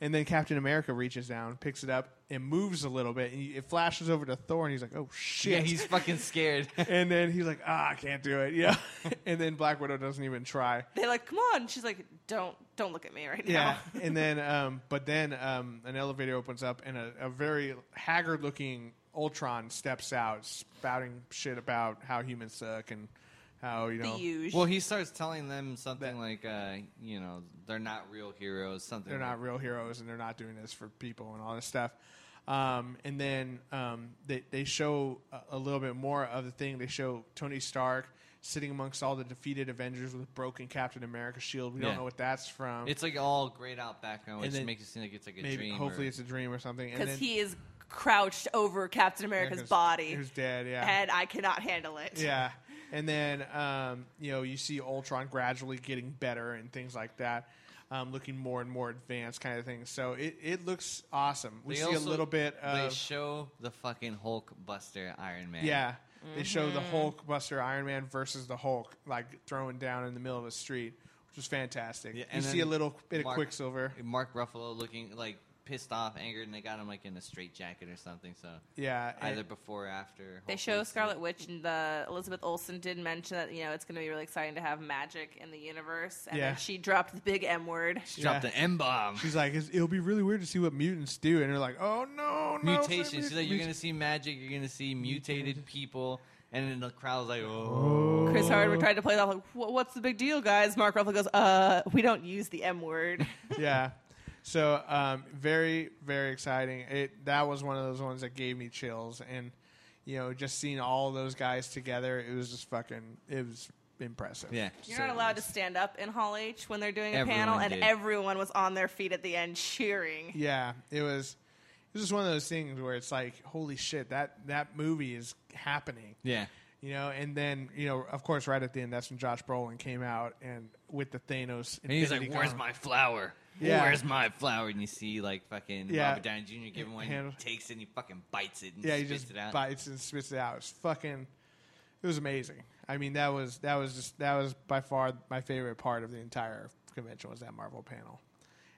S1: and then Captain America reaches down, picks it up, and moves a little bit, and he- it flashes over to Thor, and he's like, "Oh shit!"
S2: yeah, he's fucking scared.
S1: and then he's like, "Ah, I can't do it." Yeah, and then Black Widow doesn't even try.
S3: They're like, "Come on!" She's like, "Don't, don't look at me right
S1: Yeah,
S3: now."
S1: and then um, but then um, an elevator opens up and a, a very haggard looking Ultron steps out, spouting shit about how humans suck and how you
S3: The
S1: know
S3: huge.
S2: Well, he starts telling them something
S1: That-
S2: like, uh, you know, they're not real heroes. Something.
S1: they're
S2: like-
S1: not real heroes and they're not doing this for people and all this stuff. Um, and then um, they they show a, a little bit more of the thing. They show Tony Stark sitting amongst all the defeated Avengers with a broken Captain America shield. We don't
S2: Yeah.
S1: know what that's from.
S2: It's like all grayed out background,
S1: And
S2: which
S1: then
S2: makes it seem like it's like a
S1: maybe
S2: dream.
S1: hopefully
S2: or-
S1: it's a dream or something. And
S3: because
S1: then-
S3: he is crouched over Captain America's
S1: America's-
S3: body,
S1: Who's dead? Yeah.
S3: and I cannot handle it.
S1: Yeah. And then, um, you know, you see Ultron gradually getting better and things like that, um, looking more and more advanced kind of thing. So it, it looks awesome. We
S2: They
S1: see
S2: also-
S1: a little bit
S2: They
S1: of.
S2: show the fucking Hulk Buster Iron Man.
S1: yeah. They show
S3: Mm-hmm.
S1: the Hulk Buster Iron Man versus the Hulk, like throwing down in the middle of a street, which was fantastic.
S2: Yeah,
S1: you
S2: and
S1: see a
S2: then
S1: little bit of
S2: Mark-
S1: Quicksilver.
S2: Mark Ruffalo looking like pissed off, angered, and they got him like in a straight jacket or something. So
S1: Yeah. and-
S2: either before or after.
S3: They
S2: Hulk
S3: show
S2: Hogan.
S3: Scarlet Witch, and the Elizabeth Olsen did mention that you know it's going to be really exciting to have magic in the universe, and
S1: Yeah.
S3: then she dropped the big M word.
S2: She dropped
S1: Yeah.
S2: the M bomb.
S1: She's like, "It's- it'll be really weird to see what mutants do. And they're like, oh, no, no. it's a
S2: Mutation. She's like,
S1: mut-
S2: you're gonna see magic. You're gonna see mutated people, and then the crowd's like, oh.
S1: Oh.
S3: Chris Hardwick tried to play that like, "Wha- "What's the big deal, guys?" Mark Ruffalo goes, "Uh, we don't use the M word."
S1: yeah. So um, very, very exciting. It that was one of those ones that gave me chills, and you know, just seeing all those guys together, it was just fucking, it was impressive.
S2: Yeah.
S3: You're not allowed to stand up in Hall H when they're doing a
S2: Everyone
S3: panel, and
S2: did.
S3: everyone was on their feet at the end cheering.
S1: Yeah, it was. It was just one of those things where it's like, holy shit, that that movie is happening.
S2: Yeah.
S1: You know, and then you know, of course, right at the end, that's when Josh Brolin came out and with the Thanos.
S2: And he's
S1: Infinity
S2: like, "Where's
S1: Gauntlet."
S2: my flower?
S1: Yeah.
S2: Where's my flower?" And you see like fucking
S1: Yeah.
S2: Robert Downey Jr. give him one.
S1: Handle-
S2: He takes it and he fucking bites it and
S1: yeah, he
S2: spits
S1: just
S2: it out.
S1: bites and spits it out. It's fucking, it was amazing. I mean, that was that was just that was by far my favorite part of the entire convention was that Marvel panel.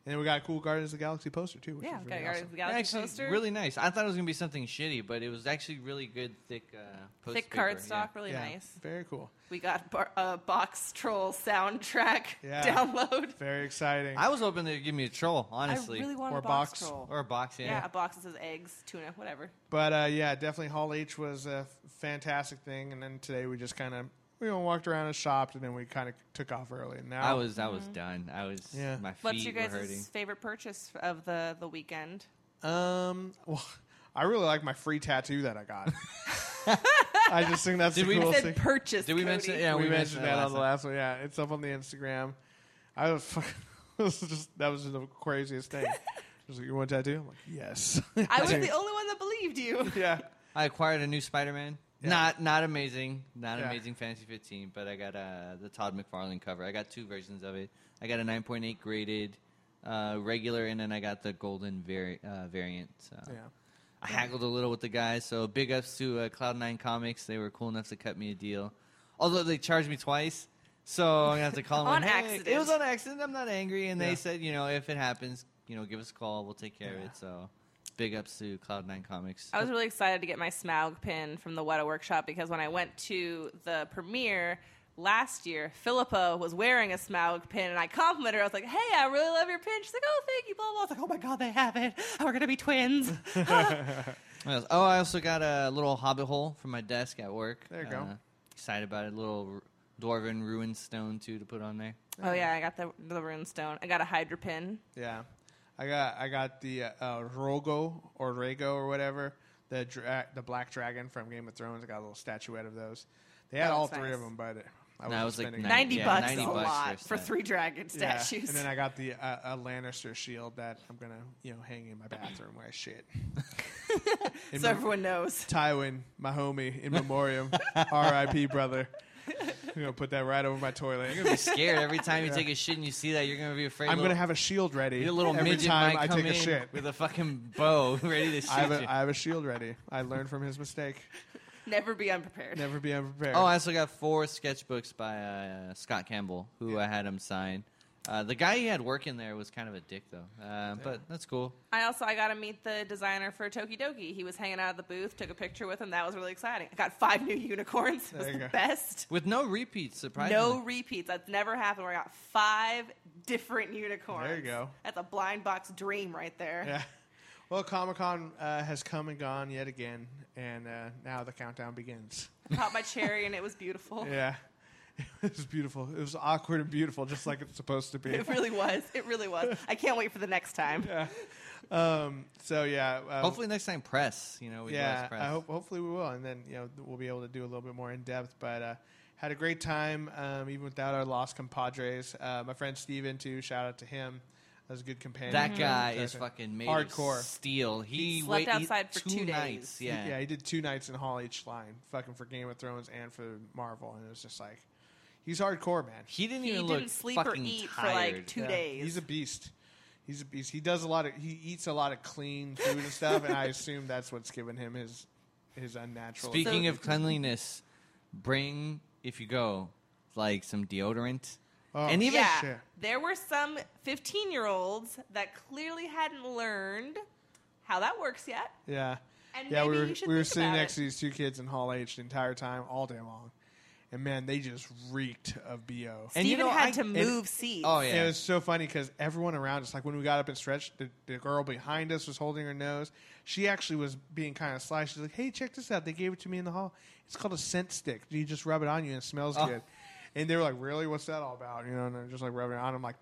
S1: And then we got a cool Guardians of the Galaxy poster too, which
S3: Yeah,
S1: was
S3: got
S1: really
S3: Guardians of
S1: awesome.
S3: the Galaxy
S2: actually,
S3: poster.
S2: really nice. I thought it was gonna be something shitty, but it was actually really good, thick, uh, poster
S3: thick
S2: paper,
S3: cardstock,
S2: yeah.
S3: really
S1: Yeah,
S3: nice.
S1: Very cool.
S3: We got bar- a box troll soundtrack
S1: Yeah.
S3: download.
S1: Very exciting.
S2: I was hoping they'd give me a troll, honestly,
S3: I really want
S1: Or
S3: a box,
S1: box.
S3: troll.
S2: or a box. Yeah.
S3: yeah. a box that says eggs, tuna, whatever.
S1: But uh, yeah, definitely Hall H was a fantastic thing. And then today we just kind of we walked around and shopped, and then we kind of took off early. And now
S2: I was, I was done. I was,
S1: Yeah.
S2: my feet
S3: Mm-hmm. What's your
S2: were hurting.
S3: guys' favorite purchase of the, the weekend?
S1: um, well, I really like my free tattoo that I got. I just think that's
S2: Did
S1: the
S2: we- I
S1: coolest
S3: I
S1: thing.
S3: said purchase.
S2: Did we
S3: Cody.
S2: mention? Yeah,
S1: we,
S2: we,
S1: mentioned that on the last
S2: last
S1: one. Yeah, it's up on the Instagram. I was fucking. this is just that was just the craziest thing. Just like, you want a tattoo? I'm like, yes.
S3: I was the only one that believed you.
S1: yeah.
S2: I acquired a new Spider-Man.
S1: Yeah.
S2: Not not amazing, not
S1: Yeah.
S2: amazing Fantasy 15, but I got uh, the Todd McFarlane cover. I got two versions of it. I got a 9.8 graded uh, regular, and then I got the golden vari- uh, variant. So.
S1: Yeah.
S2: I haggled a little with the guys, so big ups to uh, Cloud9 Comics. They were cool enough to cut me a deal. Although they charged me twice, so I'm going to have to call them.
S3: On
S2: like, "Hey,
S3: accident.
S2: It was on accident. I'm not angry. And
S1: Yeah.
S2: they said, you know, if it happens, you know, give us a call. We'll take care of
S1: Yeah.
S2: it. So big ups to Cloud9 Comics.
S3: I was really excited to get my Smaug pin from the Weta Workshop because when I went to the premiere last year, Philippa was wearing a Smaug pin, and I complimented her. I was like, "Hey, I really love your pin." She's like, "Oh, thank you." Blah blah. I was like, "Oh my god, they have it! We're gonna be twins."
S2: What else? Oh, I also got a little hobbit hole from my desk at work. Uh,
S1: There you go.
S2: Excited about it. A little r- dwarven ruin stone, too, to put on there.
S3: oh yeah, I got the the rune stone. I got a Hydra pin.
S1: Yeah. I got I got the uh, uh, Rogo or Rago or whatever the dra- the black dragon from Game of Thrones. I got a little statuette of those. They had
S3: That
S1: all
S3: looks
S1: three
S3: nice.
S1: of them, but I
S2: No, it was like
S1: spending-
S2: nine-
S3: Ninety
S2: yeah,
S3: bucks
S2: 90
S3: is a
S2: bucks
S3: lot
S2: for
S3: for
S2: that.
S3: three dragon
S1: Yeah.
S3: statues.
S1: And then I got the uh, a Lannister shield that I'm gonna you know hang in my bathroom where I shit. In
S3: so
S1: my-
S3: everyone knows.
S1: Tywin, my homie, in memoriam, R.I.P. brother. I'm gonna put that right over my toilet. I'm gonna, be-
S2: Scared every time you
S1: Yeah.
S2: take a shit and you see that, you're going to be afraid.
S1: I'm
S2: little-
S1: gonna have a shield ready
S2: Your little
S1: every
S2: midget
S1: time
S2: might
S1: I
S2: come
S1: take a
S2: in
S1: shit.
S2: with a fucking bow ready to shoot
S1: I have a,
S2: you.
S1: I have a shield ready. I learned from his mistake.
S3: Never be unprepared.
S1: Never be unprepared.
S2: oh, I also got four sketchbooks by uh, Scott Campbell, who I had him sign. Uh, the guy he had working there was kind of a dick, though. Uh, But that's cool.
S3: I also I got to meet the designer for Tokidoki. He was hanging out at the booth, took a picture with him. That was really exciting. I got five new unicorns. It was
S1: There you
S3: the
S1: go.
S3: best.
S2: With no repeats, surprisingly.
S3: No repeats. That's never happened. Where I got five different unicorns.
S1: There you go.
S3: That's a blind box dream right there.
S1: Yeah. Well, Comic Con uh, has come and gone yet again, and uh, now the countdown begins.
S3: I popped my cherry and it was beautiful.
S2: Oh.
S1: Yeah. It was beautiful. It was awkward and beautiful, just like it's supposed to be.
S3: It really was. It really was. I can't wait for the next time.
S1: Um, so yeah, um,
S2: Hopefully next time press. You know, we do
S1: yeah.
S2: less press.
S1: I hope hopefully we will, and then you know we'll be able to do a little bit more in depth. But uh, had a great time, um, even without our lost compadres. Uh, my friend Steven, too. Shout out to him. That's a good companion.
S2: That
S1: character.
S2: guy is fucking made
S1: Hardcore.
S2: Of steel. He,
S3: He slept
S2: wait-
S3: outside for
S2: two,
S3: two days.
S2: nights.
S3: He-
S2: Yeah.
S1: Yeah, he did two nights in Hall H line, fucking for Game of Thrones and for Marvel, and it was just like, he's hardcore, man.
S2: He didn't
S3: He
S2: even
S3: didn't
S2: look
S3: sleep or
S2: fucking
S3: eat for
S2: tired.
S3: like two
S1: Yeah,
S3: days.
S1: He's a beast. He's a beast. He does a lot of. He eats a lot of clean food and stuff, and I assume that's what's given him his his unnatural. ability.
S2: Speaking of cleanliness, bring if you go like some deodorant.
S1: Oh,
S2: and even
S3: yeah,
S1: Sure.
S3: there were some 15 year olds that clearly hadn't learned how that works yet.
S1: yeah,
S3: And
S1: yeah,
S3: maybe
S1: we were
S3: you should
S1: we were
S3: think
S1: sitting
S3: about
S1: next
S3: it.
S1: to these two kids in Hall H the entire time, all day long, and man, they just reeked of bo.
S2: And
S3: Steven
S2: you know,
S3: had
S2: I-
S3: to
S2: and-
S3: move seats.
S2: Oh
S1: And it
S2: yeah.
S1: was so funny because everyone around us, like when we got up and stretched, the, the girl behind us was holding her nose. She actually was being kind of sly. She's like, "Hey, check this out! They gave it to me in the hall. It's called a scent stick. You just rub it on you and it smells
S2: Oh.
S1: good." And they were like, "Really? What's that all about?" You know, and they're just like rubbing it on. I'm like,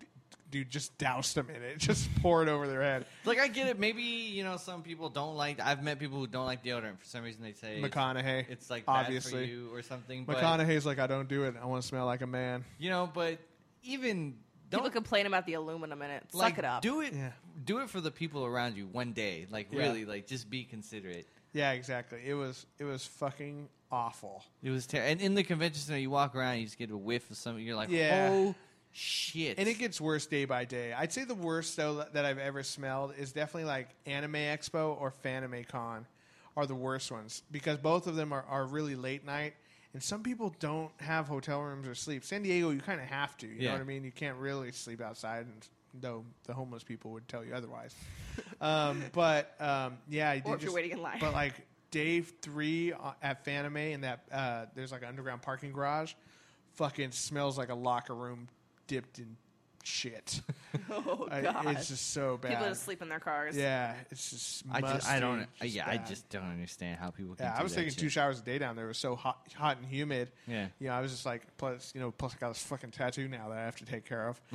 S1: "Dude, just douse them in it. Just pour it over their head."
S2: Like I get it. Maybe you know some people don't like. I've met people who don't like deodorant for some reason. They say it's-
S1: McConaughey.
S2: It's like bad for
S1: obviously
S2: you or something. But,
S1: McConaughey's like, "I don't do it. I want to smell like a man."
S2: You know, but even don't
S3: People complain about the aluminum in it. Suck
S2: like
S3: it up.
S2: do it.
S1: Yeah.
S2: Do it for the people around you one day. Like
S1: Yeah.
S2: really, like just be considerate.
S1: Yeah, exactly. It was it was fucking awful.
S2: It was terrible. And in the convention center, you walk around, you just get a whiff of something. You're like,
S1: Yeah.
S2: oh shit!
S1: And it gets worse day by day. I'd say the worst though that I've ever smelled is definitely like Anime Expo or Fanime Con are the worst ones because both of them are, are really late night and some people don't have hotel rooms or sleep. San Diego you kind of have to, you
S2: Yeah.
S1: know what I mean? You can't really sleep outside and though the homeless people would tell you otherwise. um, but um, yeah, I did
S3: Or if you're
S1: just-
S3: waiting in line.
S1: But like day three uh, at Fanime, and that uh, there's like an underground parking garage, fucking smells like a locker room dipped in shit.
S3: oh,
S1: I-
S3: God.
S1: it's just so bad.
S3: People just sleep in their cars.
S1: Yeah, it's just.
S2: I just,
S1: musty,
S2: I don't. uh, yeah, I
S1: bad.
S2: just don't understand how people. Can
S1: Yeah,
S2: do
S1: I was
S2: that
S1: taking
S2: shit.
S1: two showers a day down there. It was so hot, hot and humid.
S2: Yeah.
S1: you know, I was just like, plus, you know, plus I got this fucking tattoo now that I have to take care of.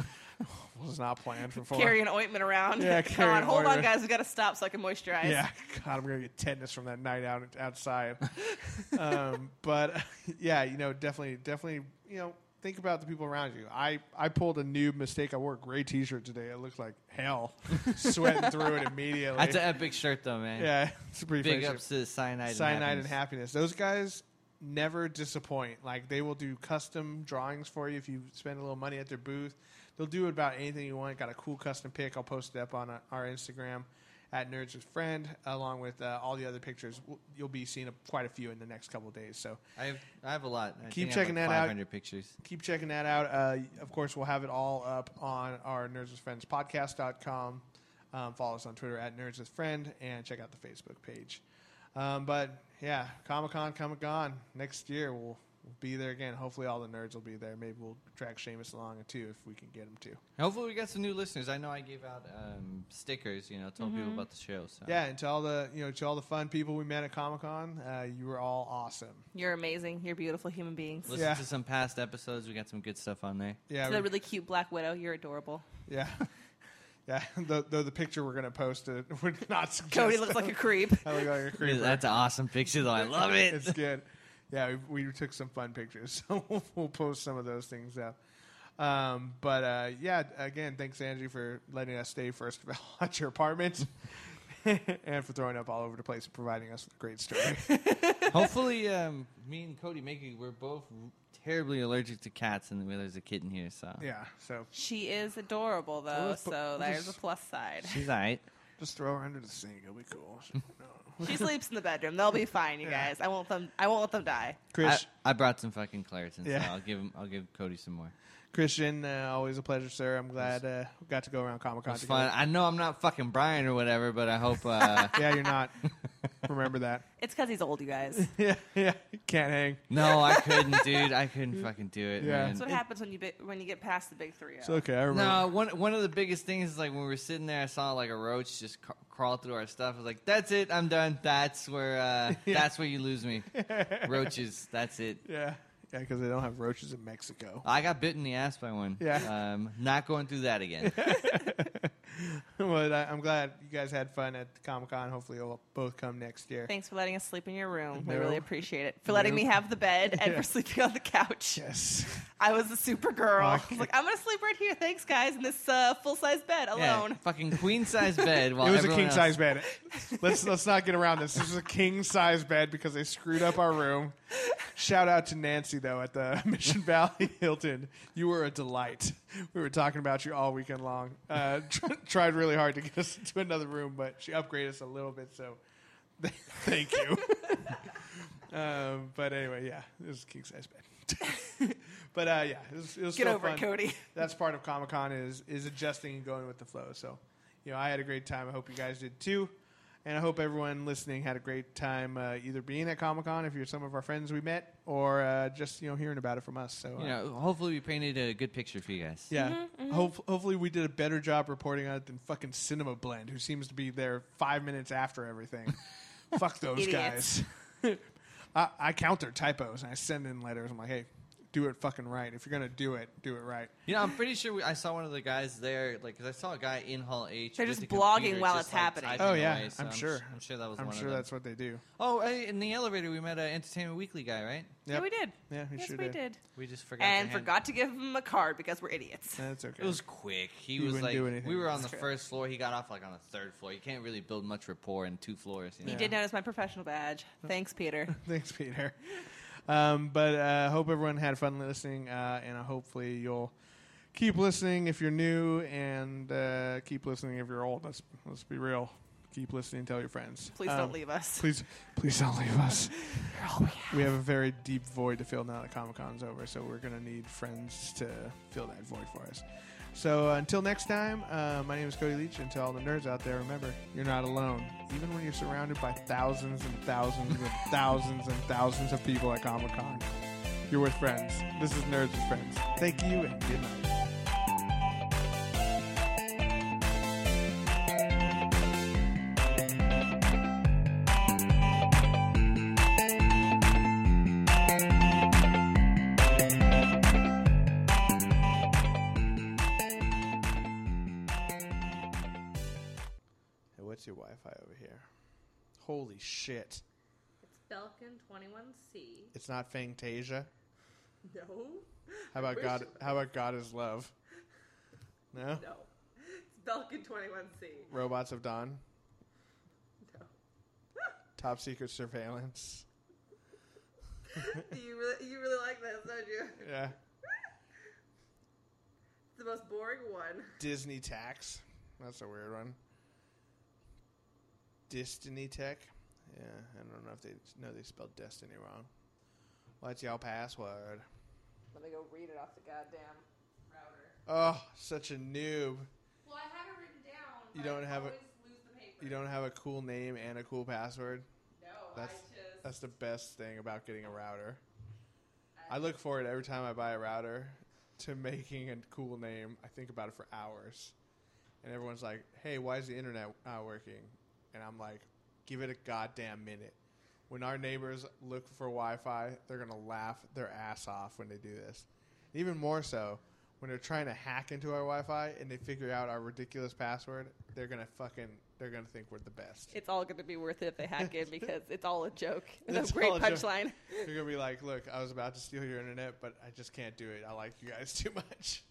S1: was not planned for.
S3: Carry an ointment around.
S1: Yeah,
S3: Come
S1: carry
S3: on,
S1: an
S3: hold on,
S1: ointment.
S3: guys. We got to stop so I can moisturize.
S1: Yeah, God, I'm gonna get tetanus from that night out outside. um, but yeah, you know, definitely, definitely, you know, think about the people around you. I I pulled a new mistake. I wore a gray T-shirt today. It looked like hell, sweating through it immediately.
S2: That's an epic shirt, though, man.
S1: yeah, it's a pretty
S2: Big
S1: face.
S2: ups to cyanide.
S1: Cyanide
S2: and
S1: and happiness. Those guys never disappoint. Like they will do custom drawings for you if you spend a little money at their booth. They'll do about anything you want. Got a cool custom pic. I'll post it up on uh, our Instagram at Nerds with Friend, along with uh, all the other pictures. W- You'll be seeing a, quite a few in the next couple of days. So
S2: I have, I have a lot. I
S1: Keep
S2: think
S1: checking
S2: I have like
S1: that out.
S2: 500 pictures.
S1: keep checking that out. Uh, of course, we'll have it all up on our Nerds with Friends podcast.com. Um, follow us on Twitter at Nerds with Friend and check out the Facebook page. Um, but yeah, Comic Con, Comic Con next year. We'll, we'll be there again. Hopefully, all the nerds will be there. Maybe we'll drag Seamus along too if we can get him to.
S2: Hopefully, we got some new listeners. I know I gave out um, stickers. You know, told people about the show. So
S1: Yeah, and to all the you know to all the fun people we met at Comic Con, uh, you were all awesome.
S3: You're amazing. You're beautiful human beings.
S2: listen
S1: Yeah.
S2: to some past episodes. We got some good stuff on there.
S1: Yeah,
S3: to the
S1: we-
S3: really cute Black Widow, you're adorable.
S1: yeah, yeah. Though, though the picture we're gonna post it would not suggest
S3: Cody looks like a creep.
S1: I look like a creeper.
S2: That's an awesome picture, though. I love it.
S1: it's good. Yeah, we, we took some fun pictures, so we'll, we'll post some of those things up. Um, but uh, yeah, again, thanks Angie for letting us stay first of all at your apartment, and for throwing up all over the place and providing us with a great story.
S2: Hopefully, um, me and Cody Making we're both terribly allergic to cats, and there's a kitten here, so
S1: yeah, so
S3: She is adorable, though,
S1: Well, let's put-
S3: so
S1: we'll
S3: there's a
S1: just-
S3: plus side.
S2: she's all right.
S1: just throw her under the sink; it'll be cool.
S3: She sleeps in the bedroom. They'll be fine, you
S1: Yeah.
S3: guys. I won't them. I won't let them
S2: I,
S3: die.
S1: Chris,
S2: I brought some fucking Claritin, so
S1: Yeah.
S2: I'll give him. I'll give Cody some more.
S1: Christian, uh, always a pleasure, sir. I'm glad uh, we got to go around Comic Con.
S2: It's fun. I know I'm not fucking Brian or whatever, but I hope. Uh,
S1: Yeah, you're not. Remember that.
S3: It's because he's old, you guys.
S1: Yeah, yeah. Can't hang.
S2: no, I couldn't, dude. I couldn't fucking do it.
S1: Yeah.
S2: man.
S3: That's what happens when you bi- when you get past the big three. oh.
S1: It's okay. I remember.
S2: No, one one of the biggest things is like when we were sitting there, I saw like a roach just ca- crawl through our stuff. I was like, "That's it, I'm done. That's where uh, that's where you lose me. Roaches, that's it."
S1: Yeah, yeah, because they don't have roaches in Mexico.
S2: I got bit in the ass by one.
S1: Yeah.
S2: um, not going through that again.
S1: well, I, I'm glad you guys had fun at Comic Con. Hopefully, you'll both come next year.
S3: Thanks for letting us sleep in your room. We
S1: No.
S3: really appreciate it. For letting me have the bed and
S1: Yeah.
S3: for sleeping on the couch.
S1: yes.
S3: I was a super girl. I
S1: Okay.
S3: was like, I'm going to sleep right here. Thanks, guys, in this uh, full size bed alone.
S2: Yeah, fucking queen size bed. While
S1: It was a
S2: everyone
S1: king
S2: else-
S1: size bed. Let's let's not get around this. This was a king size bed because they screwed up our room. Shout out to Nancy though at the Mission Valley Hilton. You were a delight. We were talking about you all weekend long. Uh, tr- tried really hard to get us into another room, but she upgraded us a little bit. So thank you. um, but anyway, yeah, it was a king size bed. but uh, yeah, it was, it was
S3: Get
S1: still
S3: over
S1: fun
S3: it, Cody.
S1: that's part of Comic Con is is adjusting and going with the flow. So, you know, I had a great time. I hope you guys did too, and I hope everyone listening had a great time uh, either being at Comic Con if you're some of our friends we met, or uh, just you know hearing about it from us. So, uh,
S2: You know, hopefully we painted a good picture for you guys.
S1: yeah,
S3: Mm-hmm,
S1: Hope, hopefully we did a better job reporting on it than fucking Cinema Blend, who seems to be there five minutes after everything. Fuck those
S3: Idiots.
S1: guys. I, I count their typos and I send in letters. I'm like, hey, do it fucking right. If you're gonna do it, do it right.
S2: You know, I'm pretty sure we, I saw one of the guys there, like, because I saw a guy in Hall H.
S3: They're
S2: with
S3: just
S2: a
S3: blogging
S2: computer
S3: while
S2: just,
S3: it's
S2: like,
S3: happening.
S2: typing
S1: Oh, yeah,
S2: away, so
S1: I'm
S2: I'm,
S1: sure.
S2: I'm sure that was
S1: I'm
S2: one
S1: sure
S2: of them.
S1: that's what they do.
S2: Oh, I, in the elevator, we met an Entertainment Weekly guy, right?
S3: Yeah, we did.
S1: Yeah, we
S3: yes,
S1: sure
S3: we
S1: did.
S3: did.
S2: We just forgot. to
S3: And
S2: hand-
S3: forgot to give him a card because we're idiots.
S1: That's okay.
S2: It was quick. He,
S1: He
S2: was
S1: wouldn't
S2: like,
S1: do anything.
S2: we were on the
S3: That's true.
S2: first floor. He got off like on the third floor. You can't really build much rapport in two floors. You
S3: He
S2: know?
S3: did notice my professional badge. Thanks, Peter.
S1: Thanks, Peter. Um, but uh, hope everyone had fun listening, uh, and uh, hopefully you'll keep listening if you're new, and uh, keep listening if you're old. Let's let's be real. Keep listening. Tell your friends.
S3: Please
S1: Um,
S3: don't leave us.
S1: Please, please don't leave us.
S3: You're all we have.
S1: We have a very deep void to fill now that Comic Con's over, so we're gonna need friends to fill that void for us. So uh, until next time, uh, my name is Cody Leach, and to all the nerds out there, remember you're not alone. Even when you're surrounded by thousands and thousands and thousands and thousands of people at Comic Con, you're with friends. This is Nerds with Friends. Thank you and good night. Hey, what's your Wi-Fi over here? Holy shit!
S3: Belkin 21C.
S1: It's not Fantasia.
S3: No.
S1: How about God? How about God is love? No.
S3: No. It's Belkin 21C.
S1: Robots of Dawn.
S3: No.
S1: Top secret surveillance.
S3: you really, you really like this, don't you?
S1: Yeah.
S3: It's the most boring one.
S1: Disney tax. That's a weird one. Destiny Tech. Yeah, I don't know if they no they spelled destiny wrong. What's your password?
S3: Let me go read it off the goddamn router.
S1: Oh, such a noob.
S3: Well, I have it written down.
S1: You but don't I have it-
S3: Lose the paper.
S1: You don't have a cool name and a cool password.
S3: No,
S1: That's that's the best thing about getting a router. I look forward every time I buy a router to making a cool name. I think about it for hours. And everyone's like, hey, why is the internet not working? And I'm like, give it a goddamn minute. When our neighbors look for Wi Fi, they're going to laugh their ass off when they do this. Even more so, when they're trying to hack into our Wi Fi and they figure out our ridiculous password, they're going to fucking, they're going to think we're the best.
S3: It's all going to be worth it if they hack it because it's all a joke.
S1: It's
S3: It's a great
S1: all a joke.
S3: punchline.
S1: You're gonna be like, look, I was about to steal your internet, but I just can't do it. I like you guys too much.